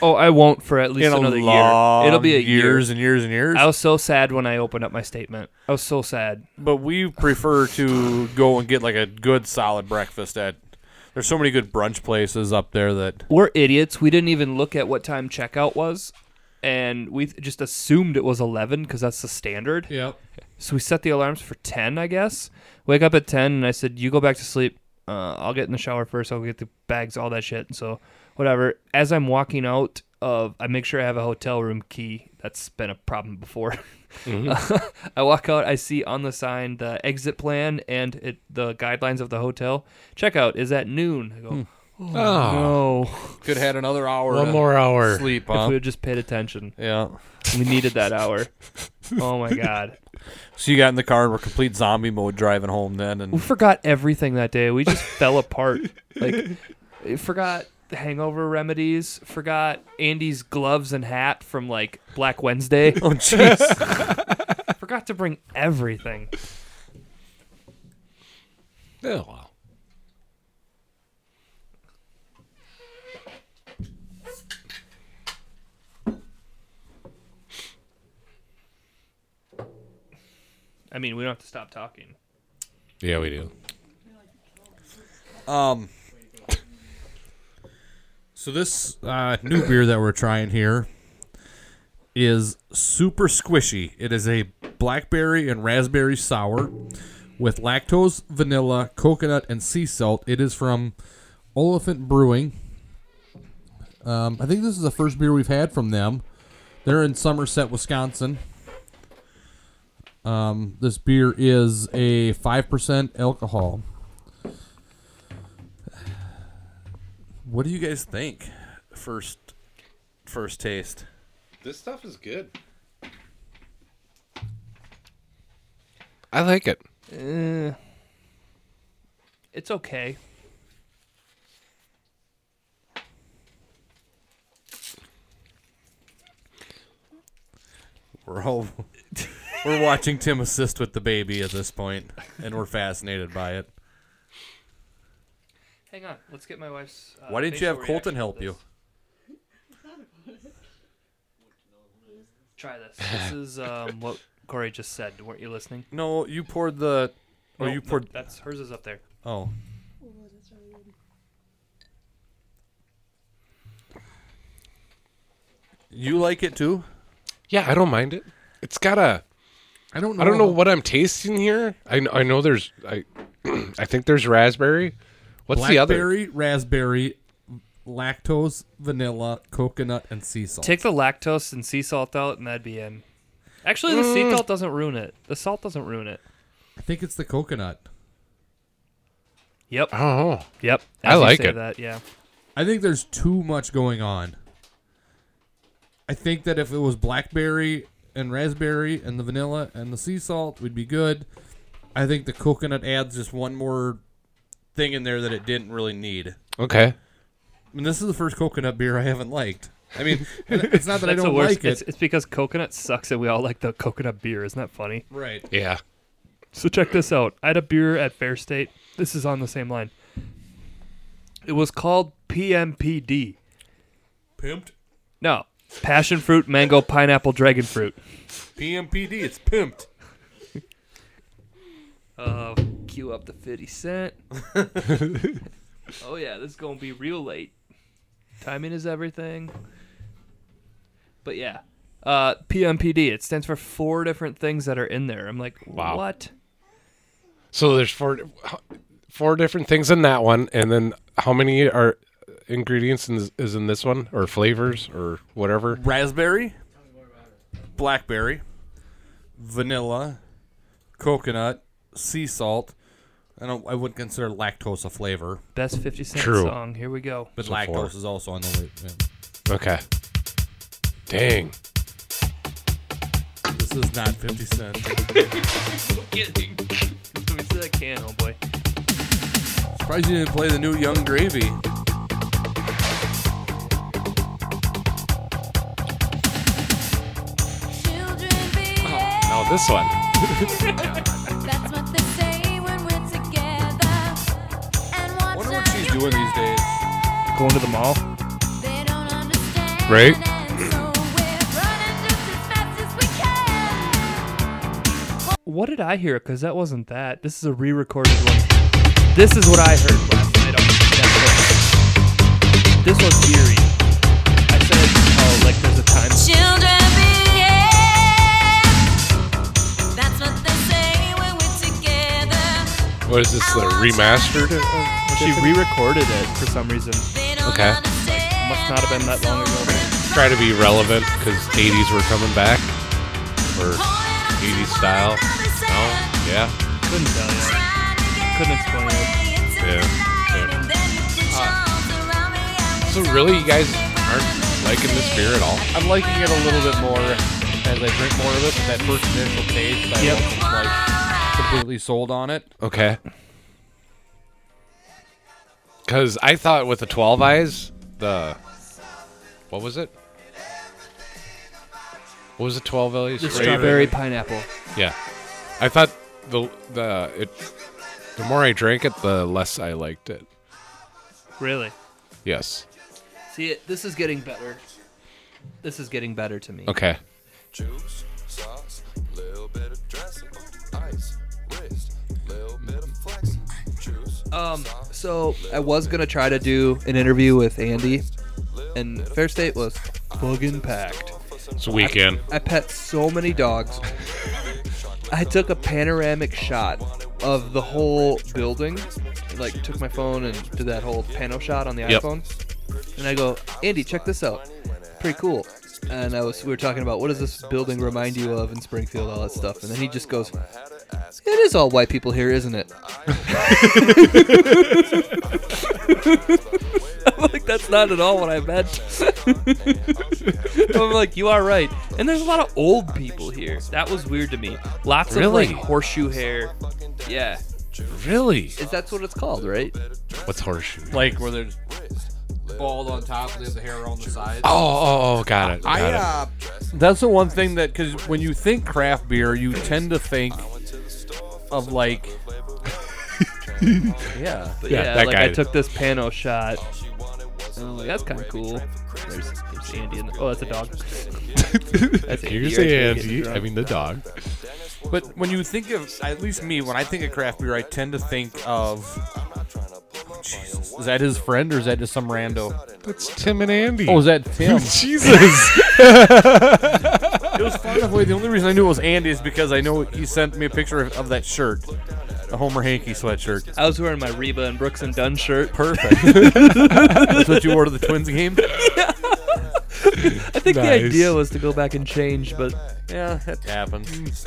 Oh, I won't for at least
in
another
a long
year. It'll be a
years
year.
and years and years.
I was so sad when I opened up my statement. I was so sad.
but we prefer to go and get like a good solid breakfast at. There's so many good brunch places up there that
we're idiots. We didn't even look at what time checkout was, and we th- just assumed it was eleven because that's the standard.
yeah.
So we set the alarms for ten, I guess. Wake up at ten, and I said, "You go back to sleep. Uh, I'll get in the shower first. I'll get the bags, all that shit." So whatever. As I'm walking out of, I make sure I have a hotel room key. That's been a problem before. I walk out. I see on the sign the exit plan and it, the guidelines of the hotel. Checkout is at noon. I go,
Oh,
"No."
Could have had another hour.
one
to
more hour.
Sleep,
If we
huh?
had just paid attention,
Yeah.
we needed that hour. Oh my god,
So you got in the car and were complete zombie mode driving home then,
we
and
forgot everything that day. We just fell apart. Like, we forgot the hangover remedies. Forgot Andy's gloves and hat from like Black Wednesday.
oh jeez.
forgot to bring everything.
Oh, well.
I mean, we don't have to stop talking.
Yeah, we do.
Um. So this uh, new beer that we're trying here is super squishy. It is a blackberry and raspberry sour with lactose, vanilla, coconut, and sea salt. It is from Oliphant Brewing. Um, I think this is the first beer we've had from them. They're in Somerset, Wisconsin. Um, this beer is a 5% alcohol. What do you guys think? First, first taste.
This stuff is good. I like it.
Eh, it's okay.
We're all we're watching Tim assist with the baby at this point, and we're fascinated by it.
Hang on, let's get my wife's. Uh,
Why didn't you
facial
have Colton
reaction to
help
this.
you?
Try this. This is um, what Corey just said. Weren't you listening?
No, you poured the. Oh,
No,
you
no,
poured.
that's hers is up there.
Oh, you like it too?
Yeah, I don't mind it. It's got a.
I don't.
I don't know what I'm tasting here. I know, I know there's I I think there's raspberry. What's the other?
Blackberry, raspberry, lactose, vanilla, coconut, and sea salt.
Take the lactose and sea salt out, and that'd be in. Actually, the sea
Mm.
salt doesn't ruin it. The salt doesn't ruin it.
I think it's the coconut.
Yep.
Oh.
Yep.
I
As you
like
say
it.
That yeah.
I think there's too much going on. I think that if it was blackberry and raspberry and the vanilla and the sea salt, we'd be good. I think the coconut adds just one more thing in there that it didn't really need.
Okay.
I mean, this is the first coconut beer I haven't liked. I mean, and it's not that I
That's the
don't
worst.
like
It's,
it.
it's because coconut sucks, and we all like the coconut beer. Isn't that funny?
Right.
Yeah.
So check this out. I had a beer at Fair State. This is on the same line. It was called PMPD.
Pimped?
No. Passion fruit, mango, pineapple, dragon fruit.
PMPD, it's pimped.
Uh, cue up the 50 Cent. oh, yeah, this is going to be real late. Timing is everything. But yeah, uh, PMPD, it stands for four different things that are in there. I'm like,
Wow.
what?
So there's four four different things in that one, and then how many are ingredients in this, is in this one or flavors or whatever?
raspberry, blackberry, vanilla, coconut, sea salt. I don't. I wouldn't consider lactose a flavor,
Best 50 Cent
True.
song. Here we go.
but
So
lactose
four.
is also on the list.
Okay. Dang.
This is not Fifty Cent.
kidding. Let me see that can, oh boy.
Surprised you didn't play the new Young Gravy.
Oh.
Now this one.
That's what they say when we're together. And watch
Wonder
out,
what she's doing these days.
Going to the mall?
they don't understand.
Right?
What did I hear? Because that wasn't that. This is a re-recorded one. This is what I heard last night on Netflix. This was eerie. I said, oh, like there's a time.
Children behave. That's what they say when we're together.
What is this? The remastered? of-
She re-recorded it for some reason.
Okay.
Must not have been that long ago.
Try to be relevant because 80s were coming back or 80s style. No. Yeah.
Couldn't tell you. Couldn't explain it.
Yeah. yeah. So really, you guys aren't liking this beer at all?
I'm liking it a little bit more as I drink more of it. But that first initial taste, I
Yep.
wasn't like completely sold on it.
Okay. Because I thought with the 12 eyes, the. What was it? What was the 12 eyes?
The
Raven?
strawberry pineapple.
Yeah. I thought the the it the more I drank it, the less I liked it.
Really?
Yes.
See, it, this is getting better. This is getting better to me.
Okay.
Juice, sauce, little bit of dressing, ice, wrist, little bit of flexing. Juice,
Um, so I was gonna try to do an interview with Andy, and Fair State was fucking packed.
It's a weekend.
I pet so many dogs. I took a panoramic shot of the whole building. Like took my phone and did that whole pano shot on the
Yep.
iPhone. And I go, Andy, check this out. Pretty cool. And I was we were talking about what does this building remind you of in Springfield, all that stuff. And then he just goes, It is all white people here, isn't it? I'm like, that's not at all what I meant. I'm like, you are right. And there's a lot of old people here. That was weird to me. Lots
Really?
of like horseshoe hair. Yeah.
Really?
Is that's what it's called, right?
What's horseshoe?
Like where they're bald on top, they have the hair on the side.
Oh, oh, oh, got it,
I,
got it.
uh, that's the one thing that because when you think craft beer, you tend to think of like, yeah,
But
Yeah,
yeah,
that
like
guy.
I took this pano shot. And I'm like, that's kind of cool. There's, there's Andy in the, Oh, that's a dog. that's
Here's
right there getting
Andy.
drunk.
I mean the dog.
But when you think of, at least me, when I think of craft beer, I tend to think of. Jesus, is that his friend or is that just some rando?
That's Tim and Andy.
Oh, is that Tim?
Jesus.
it was far enough away. The only reason I knew it was Andy is because I know he sent me a picture of, of that shirt, the Homer Hankey sweatshirt.
I was wearing my Reba and Brooks and Dunn shirt.
Perfect. That's what you wore to the Twins game.
I think the idea was to go back and change, but
yeah, it happens.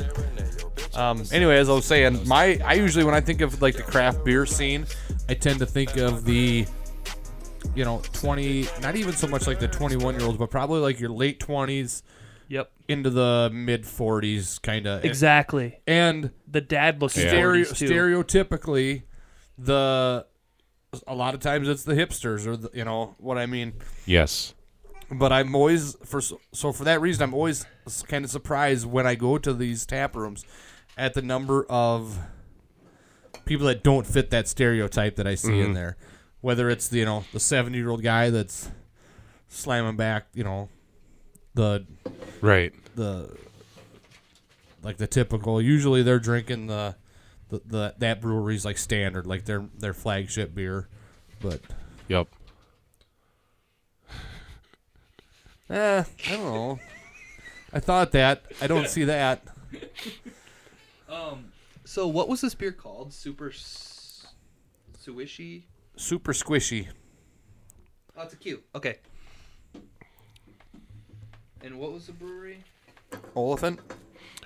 Um, anyway, as I was saying, my I usually when I think of like the craft beer scene, I tend to think of the, you know, twenty, not even so much like the twenty-one year olds, but probably like your late twenties,
Yep.
into the mid forties, kind of
Exactly.
And
the dad looking
stereo,
40s too.
stereotypically the a lot of times it's the hipsters or the, you know what I mean.
Yes.
But I'm always for so so for that reason I'm always kind of surprised when I go to these tap rooms at the number of people that don't fit that stereotype that I see in
Mhm.
there. Whether it's the, you know the 70 year old guy that's slamming back you know the
Right.
the like the typical. Usually they're drinking the, the, the that brewery's like standard, like their their flagship beer. But
Yep.
eh, I don't know. I thought that. I don't see that.
Um, so what was this beer called? Super s- Suishi?
Super squishy.
Oh, it's a Q. Okay. And what was the brewery?
Oliphant.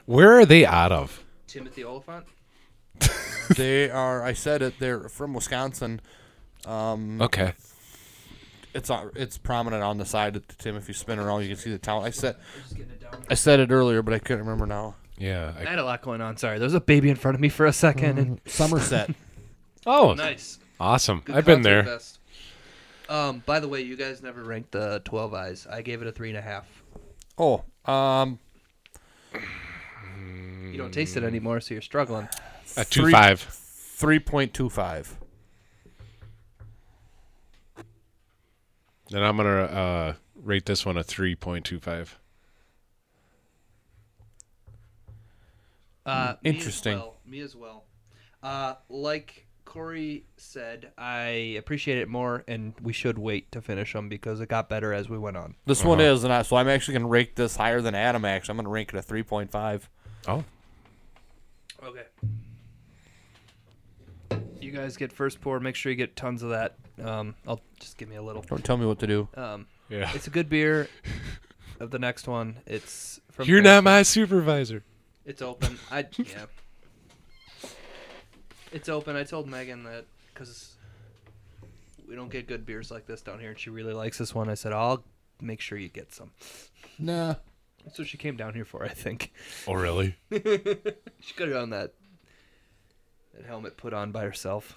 Where are they out of?
Timothy Oliphant.
they are. I said it. They're from Wisconsin. Um,
Okay.
It's on, it's prominent on the side of the Tim. If you spin around, you can see the town. I said I said it earlier, but I couldn't remember now.
Yeah.
I, had a lot going on. Sorry, there was a baby in front of me for a second. And
Somerset.
Oh.
nice.
Awesome.
Good
I've been
concert
there.
fest. Um, by the way, you guys never ranked the Twelve Eyes. I gave it a three and a half.
Oh, um,
You don't taste
Mm.
it anymore, so you're struggling.
A two five.
Three point two five.
Then I'm gonna uh, rate this one a three point two five.
Uh,
Interesting.
Me as well. Me as well. Uh, like Corey said, I appreciate it more, and we should wait to finish them because it got better as we went on.
This one is, and I, so I'm actually going to rank this higher than Adam. Actually, I'm going to rank it a 3.5.
Oh,
Okay. You guys get first pour. Make sure you get tons of that. Um, I'll just give me a little.
Don't tell me what to do.
Um,
Yeah.
It's a good beer. of the next one, it's from.
You're not my supervisor.
It's open. I yeah. It's open. I told Megan that because we don't get good beers like this down here, and she really likes this one. I said I'll make sure you get some.
Nah.
That's what she came down here for, I think.
Oh, really?
she could have done that. That helmet put on by herself.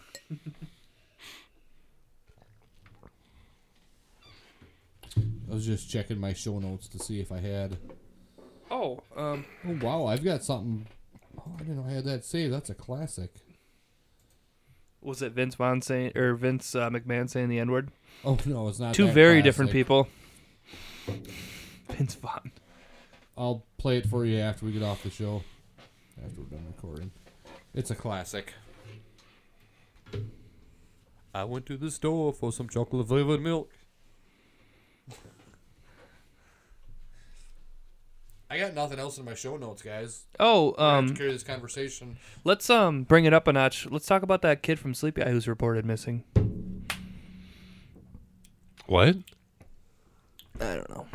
I was just checking my show notes to see if I had.
Oh, um,
Oh wow, I've got something. Oh, I didn't know I had that saved. That's a classic.
was it Vince Vaughn saying or Vince uh, McMahon saying the N word?
Oh no, it's not.
Two
that
very different
classic.
people. Vince Vaughn.
I'll play it for you after we get off the show. After we're done recording, it's a classic.
I went to the store for some chocolate flavored milk. I got nothing else in my show notes, guys.
Oh,
We're gonna have to
um,
carry this conversation.
Let's um bring it up a notch. Let's talk about that kid from Sleepy Eye who's reported missing.
What?
I don't know.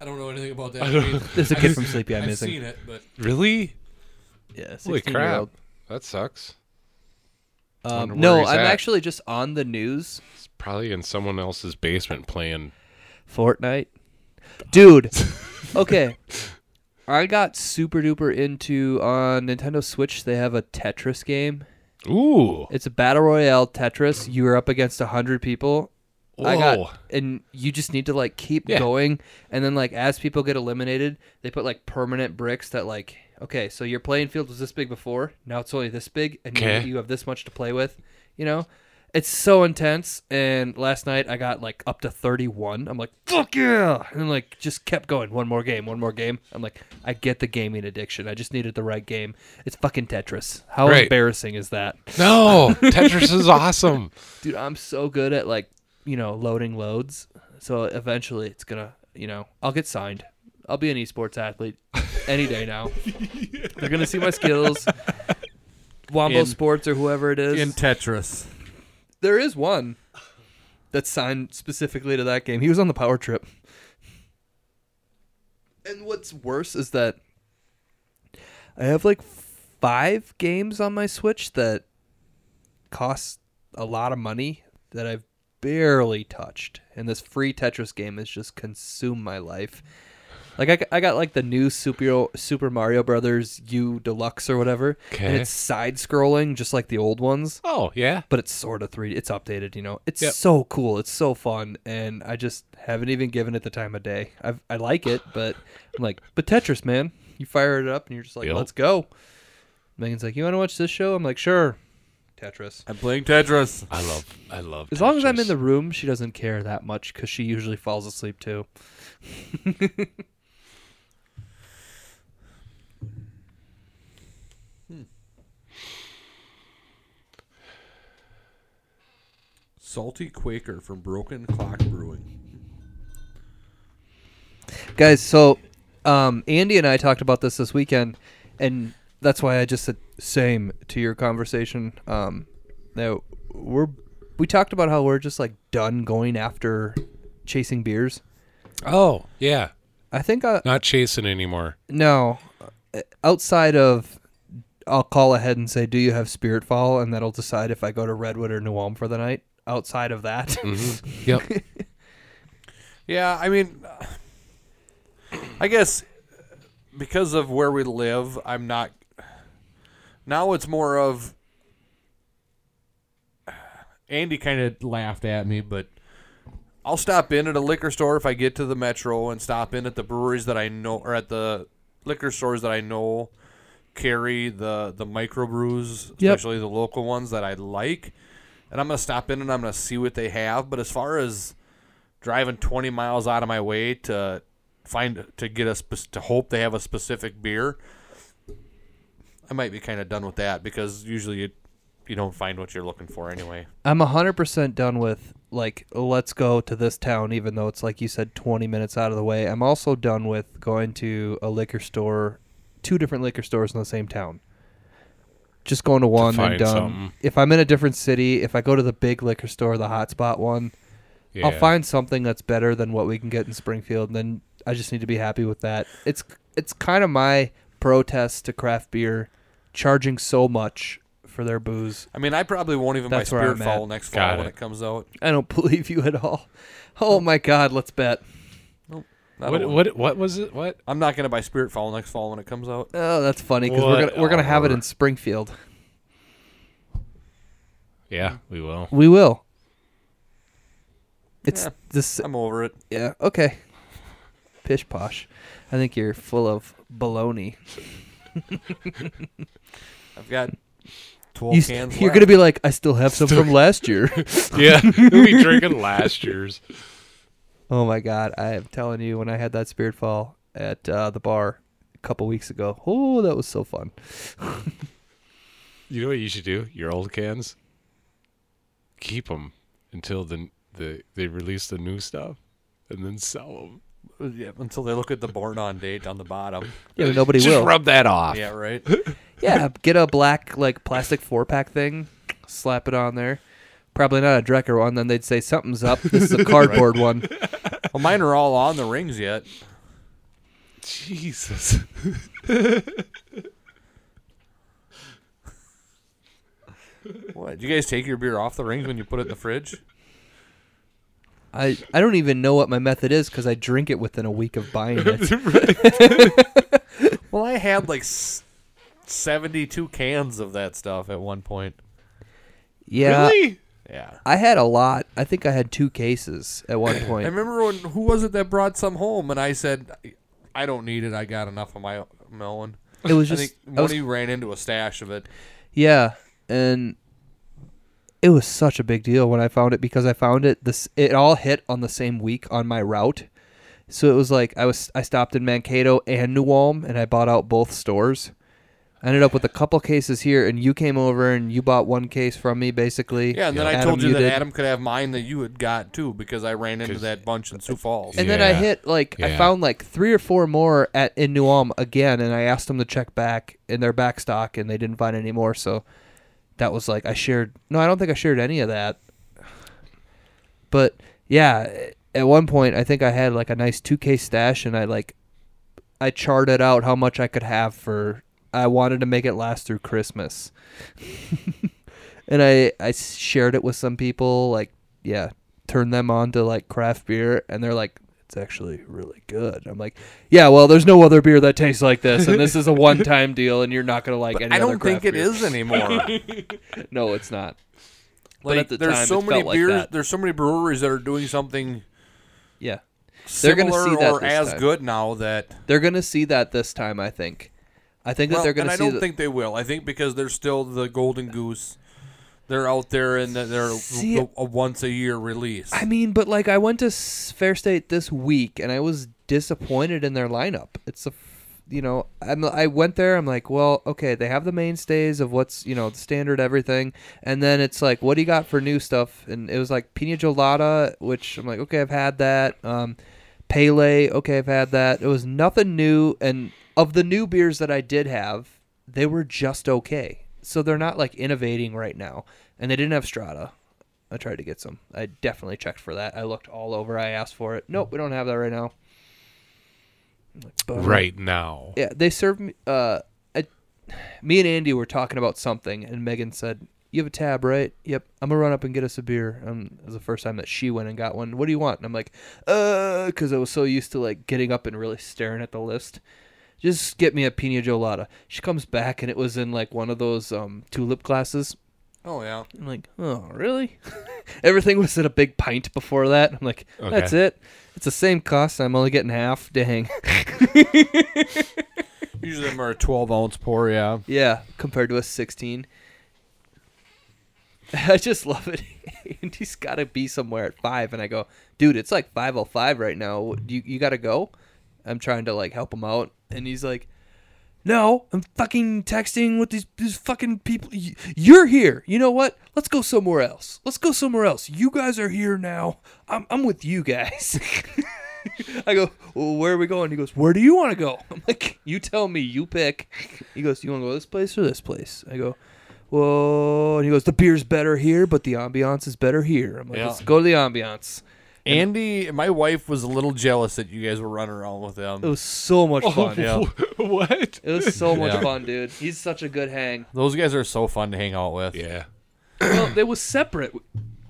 I don't know anything about that.
I don't-
I mean,
There's a
I've
kid
s-
from Sleepy Eye
I've
missing.
seen it, but
Really?
Yeah,
Holy
16 year
crap.
old.
That sucks. Wonder
Um,
where
no,
he's
I'm
at.
actually just on the news.
Probably in someone else's basement playing.
Fortnite. Dude. Okay. I got super duper into on Nintendo Switch. They have a Tetris game.
Ooh.
It's a battle royale Tetris. You're up against 100 people. I
Whoa.
got and you just need to like keep
Yeah.
going and then like as people get eliminated, they put like permanent bricks that like okay, so your playing field was this big before, now it's only this big and you,
Okay.
you have this much to play with, you know? It's so intense and last night I got like up to 31. I'm like, "Fuck yeah." And then, like just kept going, one more game, one more game. I'm like, I get the gaming addiction. I just needed the right game. It's fucking Tetris. How
Right.
embarrassing is that?
No, Tetris is awesome.
Dude, I'm so good at like, you know, loading loads. So eventually it's going to, you know, I'll get signed. I'll be an esports athlete any day now. They're going to see my skills. Wombo
In-
Sports or whoever it is.
in Tetris.
There is one that's signed specifically to that game. He was on the power trip. And what's worse is that I have like five games on my Switch that cost a lot of money that I've barely touched. And this free Tetris game has just consumed my life. Like I, g- I got like the new Super Super Mario Brothers U Deluxe or whatever, and
Okay.
it's side scrolling just like the old ones.
Oh, yeah.
But it's sort of 3D. It's updated, you know. It's
Yep.
so cool. It's so fun, and I just haven't even given it the time of day. I I like it, but I'm like, but Tetris, man. You fire it up, and you're just like,
Yep.
let's go. Megan's like, you want to watch this show? I'm like, sure. Tetris.
I'm playing Tetris.
I love. I love.
As long as I'm in the room, she doesn't care that much because she usually falls asleep too.
Salty Quaker from Broken Clock Brewing.
guys so um, andy and i talked about this this weekend and that's why i just said same to your conversation um, now we're we talked about how we're just like done going after chasing beers
Oh, yeah.
I think I.
Not chasing anymore.
no uh, outside of i'll call ahead and say do you have spirit fall and that'll decide if i go to redwood or new ulm for the night outside of that
Yep.
Yeah, I mean, I guess because of where we live, I'm not. Now it's more of. Andy kind of laughed at me, but I'll stop in at a liquor store if I get to the metro and stop in at the breweries that I know or at the liquor stores that I know carry the the microbrews,
Yep.
especially the local ones that I like. And I'm gonna stop in and I'm gonna see what they have. But as far as driving 20 miles out of my way to find to get a spec- to hope they have a specific beer, I might be kind of done with that because usually you you don't find what you're looking for anyway.
I'm 100% done with, like, let's go to this town, even though it's, like you said, 20 minutes out of the way. I'm also done with going to a liquor store, two different liquor stores in the same town. Just going to one and
find
done.
something.
If I'm in a different city, if I go to the big liquor store, the hotspot one, I'll
Yeah.
find something that's better than what we can get in Springfield. And then I just need to be happy with that. It's it's kind of my protest to craft beer, charging so much for their booze.
I mean, I probably won't even buy
That's where
Spirit
I'm at.
Fall next fall when it comes out.
I don't believe you at all. Oh my God, let's bet.
Not
What-
a-
what- what was it? What?
I'm not gonna buy Spirit Fall next fall when it comes out.
Oh, that's funny because we're gonna we're gonna have it in Springfield.
Yeah, we will.
We will. It's
Yeah,
this.
I'm over it.
Yeah. Okay. Pish posh. I think you're full of baloney.
I've got 12
You,
cans.
are
left.
gonna be like, I still have some from last year.
yeah, we'll be drinking last year's.
Oh my God! I am telling you, when I had that spirit fall at uh, the bar a couple weeks ago, oh, that was so fun.
You know what you should do? Your old cans. Keep them until the, the they release the new stuff, and then sell them.
yeah, until they look at the born on date on the bottom.
Yeah, nobody will.
Yeah, right.
yeah, get a black like plastic four pack thing, slap it on there. Probably not a Drecker one. Then they'd say something's up. This is a cardboard
Right.
one.
Well, mine are all on the rings yet.
Jesus.
What? Do you guys take your beer off the rings when you put it in the fridge?
I I don't even know what my method is because I drink it within a week of buying it.
Well, I had like s- seventy-two cans of that stuff at one point.
Yeah.
Really? Yeah.
I had a lot. I think I had two cases at one
I
point.
remember when who was it that brought some home, and I said, "I don't need it. I got enough of my my own."
It was
I
just-
think
I was-
Mooney ran into a stash of it.
Yeah, and it was such a big deal when I found it because I found it this it all hit on the same week on my route. So it was like I was I stopped in Mankato and New Ulm and I bought out both stores. I ended up with a couple cases here and you came over and you bought one case from me basically.
Yeah, and then I
Adam,
told you, that
did.
Adam could have mine that you had got too because I ran into that bunch in Sioux Falls.
And then I hit like I found like three or four more at in New Ulm again, and I asked them to check back in their back stock, and they didn't find any more. So that was like I shared. No, I don't think I shared any of that. But yeah, at one point I think I had like a nice two case stash, and I like I charted out how much I could have for. I wanted to make it last through Christmas, and I I shared it with some people. Like yeah, turned them on to like craft beer, and they're like, it's actually really good. I'm like, yeah, well, there's no other beer that tastes like this, and this is a one time deal, and you're not gonna like
But
any.
I
other
don't think
craft
it
beer.
is anymore.
no, it's not. But
Like,
at the
there's
time,
so
it
many
felt like
beers.
that.
There's so many breweries that are doing something.
Yeah, They're
similar
gonna see that
or
this
as
time.
good now that
They're gonna see that this time, I think. I think
Well,
that they're gonna
and
see
I don't
that-
think they will. I think because they're still the golden goose. They're out there and they're- they're
See,
w- a once a year release.
I mean, but like I went to S- Fair State this week and I was disappointed in their lineup. It's a, f- you know, I'm, I went there. I'm like, well, okay, they have the mainstays of what's you know the standard everything, and then it's like, what do you got for new stuff? And it was like pina colada, which I'm like, okay, I've had that. Um, Pele, okay, I've had that. It was nothing new, and of the new beers that I did have, they were just okay. So they're not like innovating right now, and they didn't have Strata. I tried to get some. I definitely checked for that. I looked all over. I asked for it. Nope, we don't have that right now. I'm like, bummer.
Right now.
Yeah, they served me. Uh, I, me and Andy were talking about something, and Megan said, "You have a tab, right? Yep. I'm gonna run up and get us a beer." Um, it was the first time that she went and got one. What do you want? And I'm like, uh, because I was so used to like getting up and really staring at the list. Just get me a pina colada. She comes back, and it was in like one of those um tulip glasses.
Oh yeah.
I'm like, oh really? Everything was at a big pint before that. I'm like, that's
Okay.
it. It's the same cost. I'm only getting half. Dang.
Usually them are a 12 ounce pour, yeah.
Yeah, compared to a 16. I just love it. Andy's got to be somewhere at five, and I go, dude, it's like 5:05 right now. You you got to go. I'm trying to like help him out, and he's like, no, I'm fucking texting with these these fucking people. Y- You're here. You know what? Let's go somewhere else. Let's go somewhere else. You guys are here now. I'm I'm with you guys. I go, well, where are we going? He goes, where do you want to go? I'm like, you tell me, you pick. He goes, you want to go this place or this place? I go, whoa. And he goes, the beer's better here, but the ambiance is better here. I'm like,
Yeah.
let's go to the ambiance.
Andy, my wife was a little jealous that you guys were running around with them.
It was so much fun.
Oh, Yeah.
what?
It was so much
Yeah.
fun, dude. He's such a good hang.
Those guys are so fun to hang out with.
Yeah.
well, they was separate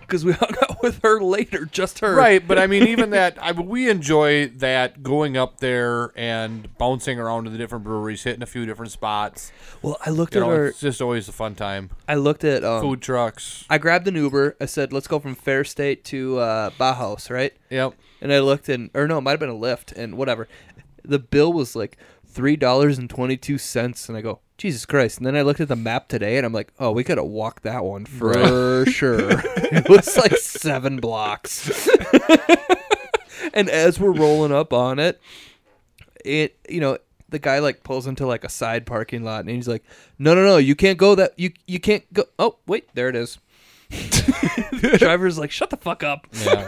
because we hung out with her later, just her.
Right, but I mean, even that, I mean, we enjoy that going up there and bouncing around to the different breweries, hitting a few different spots.
Well, I looked
You
at
know,
our-
It's just always a fun time.
I looked at um,
Food trucks.
I grabbed an Uber. I said, "Let's go from Fair State to uh, Bauhaus," right?
Yep.
And I looked, and or no, it might have been a Lyft, and whatever. The bill was like three dollars and twenty two cents, and I go, "Jesus Christ!" And then I looked at the map today, and I'm like, "Oh, we could have walked that one for
Right.
sure." it was like seven blocks. and as we're rolling up on it, it you know the guy like pulls into like a side parking lot and he's like no no no you can't go that you you can't go oh wait there it is driver's like shut the fuck up
Yeah.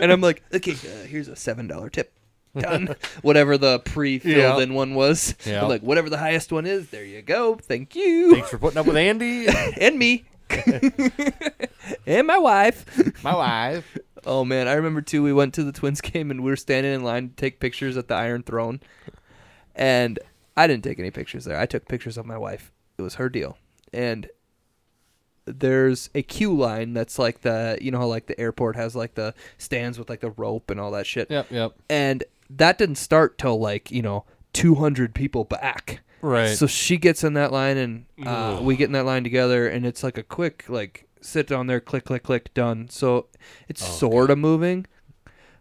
and i'm like okay uh, here's a seven dollar tip done. whatever the pre-filled
Yeah.
in one was.
Yeah.
Like whatever the highest one is, there you go. Thank you.
Thanks for putting up with Andy
and me. and my wife.
My wife.
Oh man, I remember too. We went to the Twins game and we were standing in line to take pictures at the Iron Throne, and I didn't take any pictures there. I took pictures of my wife. It was her deal, and there's a queue line that's like the you know how like the airport has like the stands with like the rope and all that shit.
Yep, yep.
And that didn't start till like you know 200 people back.
Right.
So she gets in that line and uh,
Ugh.
we get in that line together and it's like a quick like sit down there click click click done. So
Oh,
it's sort of moving.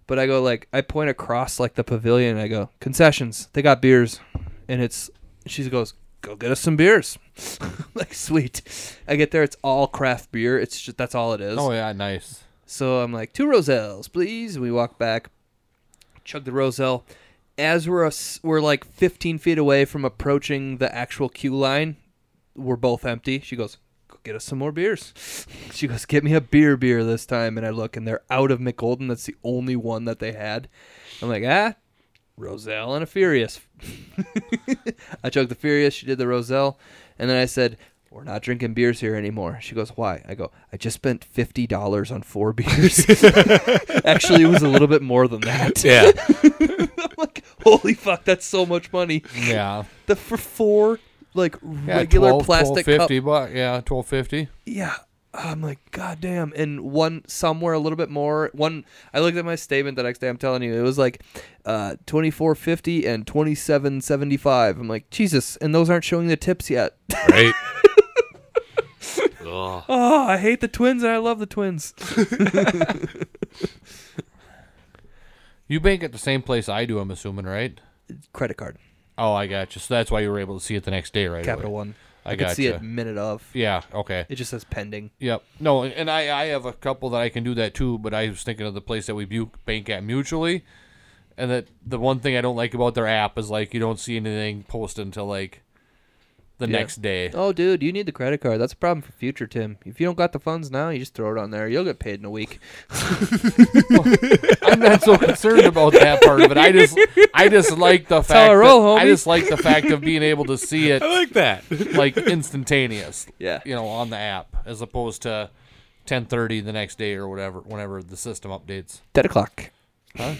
But I go like I point across like the pavilion and I go concessions. They got beers and it's she goes go get us some beers. like sweet. I get there it's all craft beer. It's just that's all it is.
Oh, yeah, nice.
So I'm like two Roselles, please. And we walk back chug the Roselle. As we're us we're like 15 feet away from approaching the actual queue line, we're both empty. She goes, "Go get us some more beers." She goes, "Get me a beer, beer this time." And I look, and they're out of McGolden. That's the only one that they had. I'm like, ah, Roselle and a Furious. I chugged the Furious. She did the Roselle, and then I said. We're not drinking beers here anymore. She goes, Why? I go, I just spent $50 on four beers. Actually, it was a little bit more than that.
Yeah.
I'm like, holy fuck, that's so much money.
Yeah.
The for four like
Yeah,
regular
12
plastic
12.50
cup.
buck- yeah, 12.50.
Yeah. I'm like, god damn. And one somewhere a little bit more. One I looked at my statement the next day, I'm telling you, it was like uh twenty four fifty and twenty seven seventy five. I'm like, Jesus, and those aren't showing the tips yet.
Right.
Oh, I hate the twins and I love the twins.
You bank at the same place I do, I'm assuming, right?
Credit card.
Oh, I got you. So that's why you were able to see it the next day, right?
Capital
away.
One.
I,
I could
got
see
you.
it minute of.
Yeah. Okay.
It just says pending.
Yep. No, and I, I have a couple that I can do that too, but I was thinking of the place that we bu- bank at mutually. And that the one thing I don't like about their app is like you don't see anything posted until like the
Yeah.
next day.
Oh, dude, you need the credit card. That's a problem for future Tim. If you don't got the funds now, you just throw it on there. You'll get paid in a week.
I'm not so concerned about that part of it. I just I just like the
That's how I
fact
roll,
that, I
homie.
just like the fact of being able to see it
I like that.
like instantaneous.
Yeah.
You know, on the app as opposed to 10:30 the next day or whatever whenever the system updates.
10 o'clock.
Huh?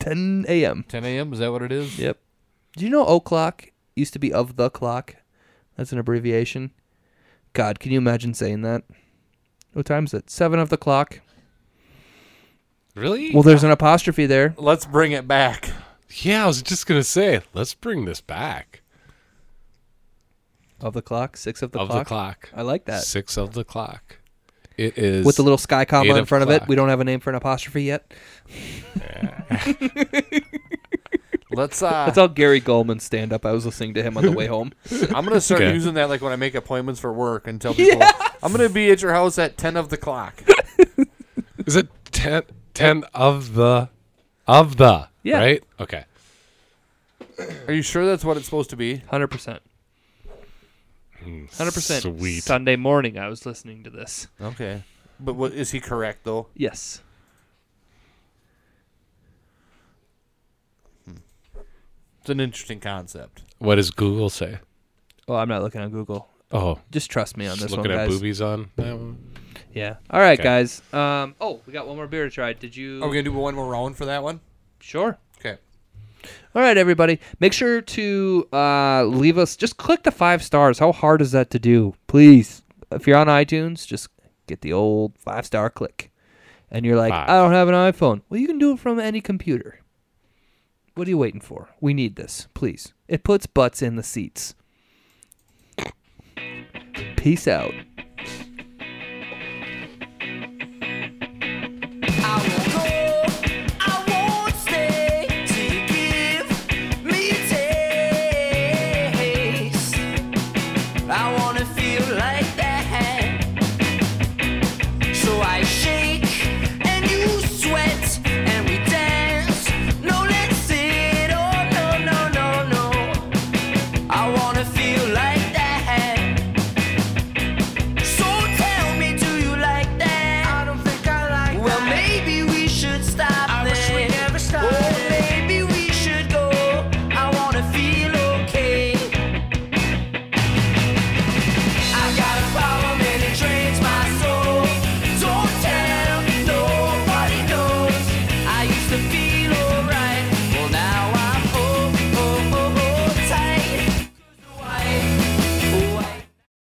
10 a.m.
10 a.m. Is that what it is?
Yep. Do you know O'Clock used to be of the clock? That's an abbreviation. God, can you imagine saying that? What time is it? Seven of the clock.
Really?
Well, there's an apostrophe there.
Let's bring it back.
Yeah, I was just gonna say, let's bring this back.
Of the clock. Six of the
of
clock.
the clock.
I like that.
Six of the clock. It is
With the little sky comma
eight
in front of it.
clock.
We don't have a name for an apostrophe yet.
Let's uh
That's all Gary Goldman stand up. I was listening to him on the way home.
I'm gonna start
Okay.
using that like when I make appointments for work and tell people I'm gonna be at your house at ten of the clock.
Is it ten, 10 of the of the
Yeah.
right? Okay.
Are you sure that's what it's supposed to be?
Hundred percent. Hundred percent.
Sweet.
Sunday morning, I was listening to this.
Okay. But what is he correct though?
Yes.
Hmm. It's an interesting concept.
What does Google say?
Well, I'm not looking on Google.
Oh.
just trust me on
Just
this one,
looking at
guys.
boobies on that one?
Yeah. All right,
Okay.
guys. Um. Oh, we got one more beer to try. Did you?
Are we gonna do one more round for that one?
Sure.
Okay.
All right, everybody. Make sure to uh, leave us. Just click the five stars. How hard is that to do? Please. If you're on iTunes, just get the old five star click. And you're like, I don't have an iPhone. Well, you can do it from any computer. What are you waiting for? We need this, please. It puts butts in the seats. Peace out.
Oh, oh,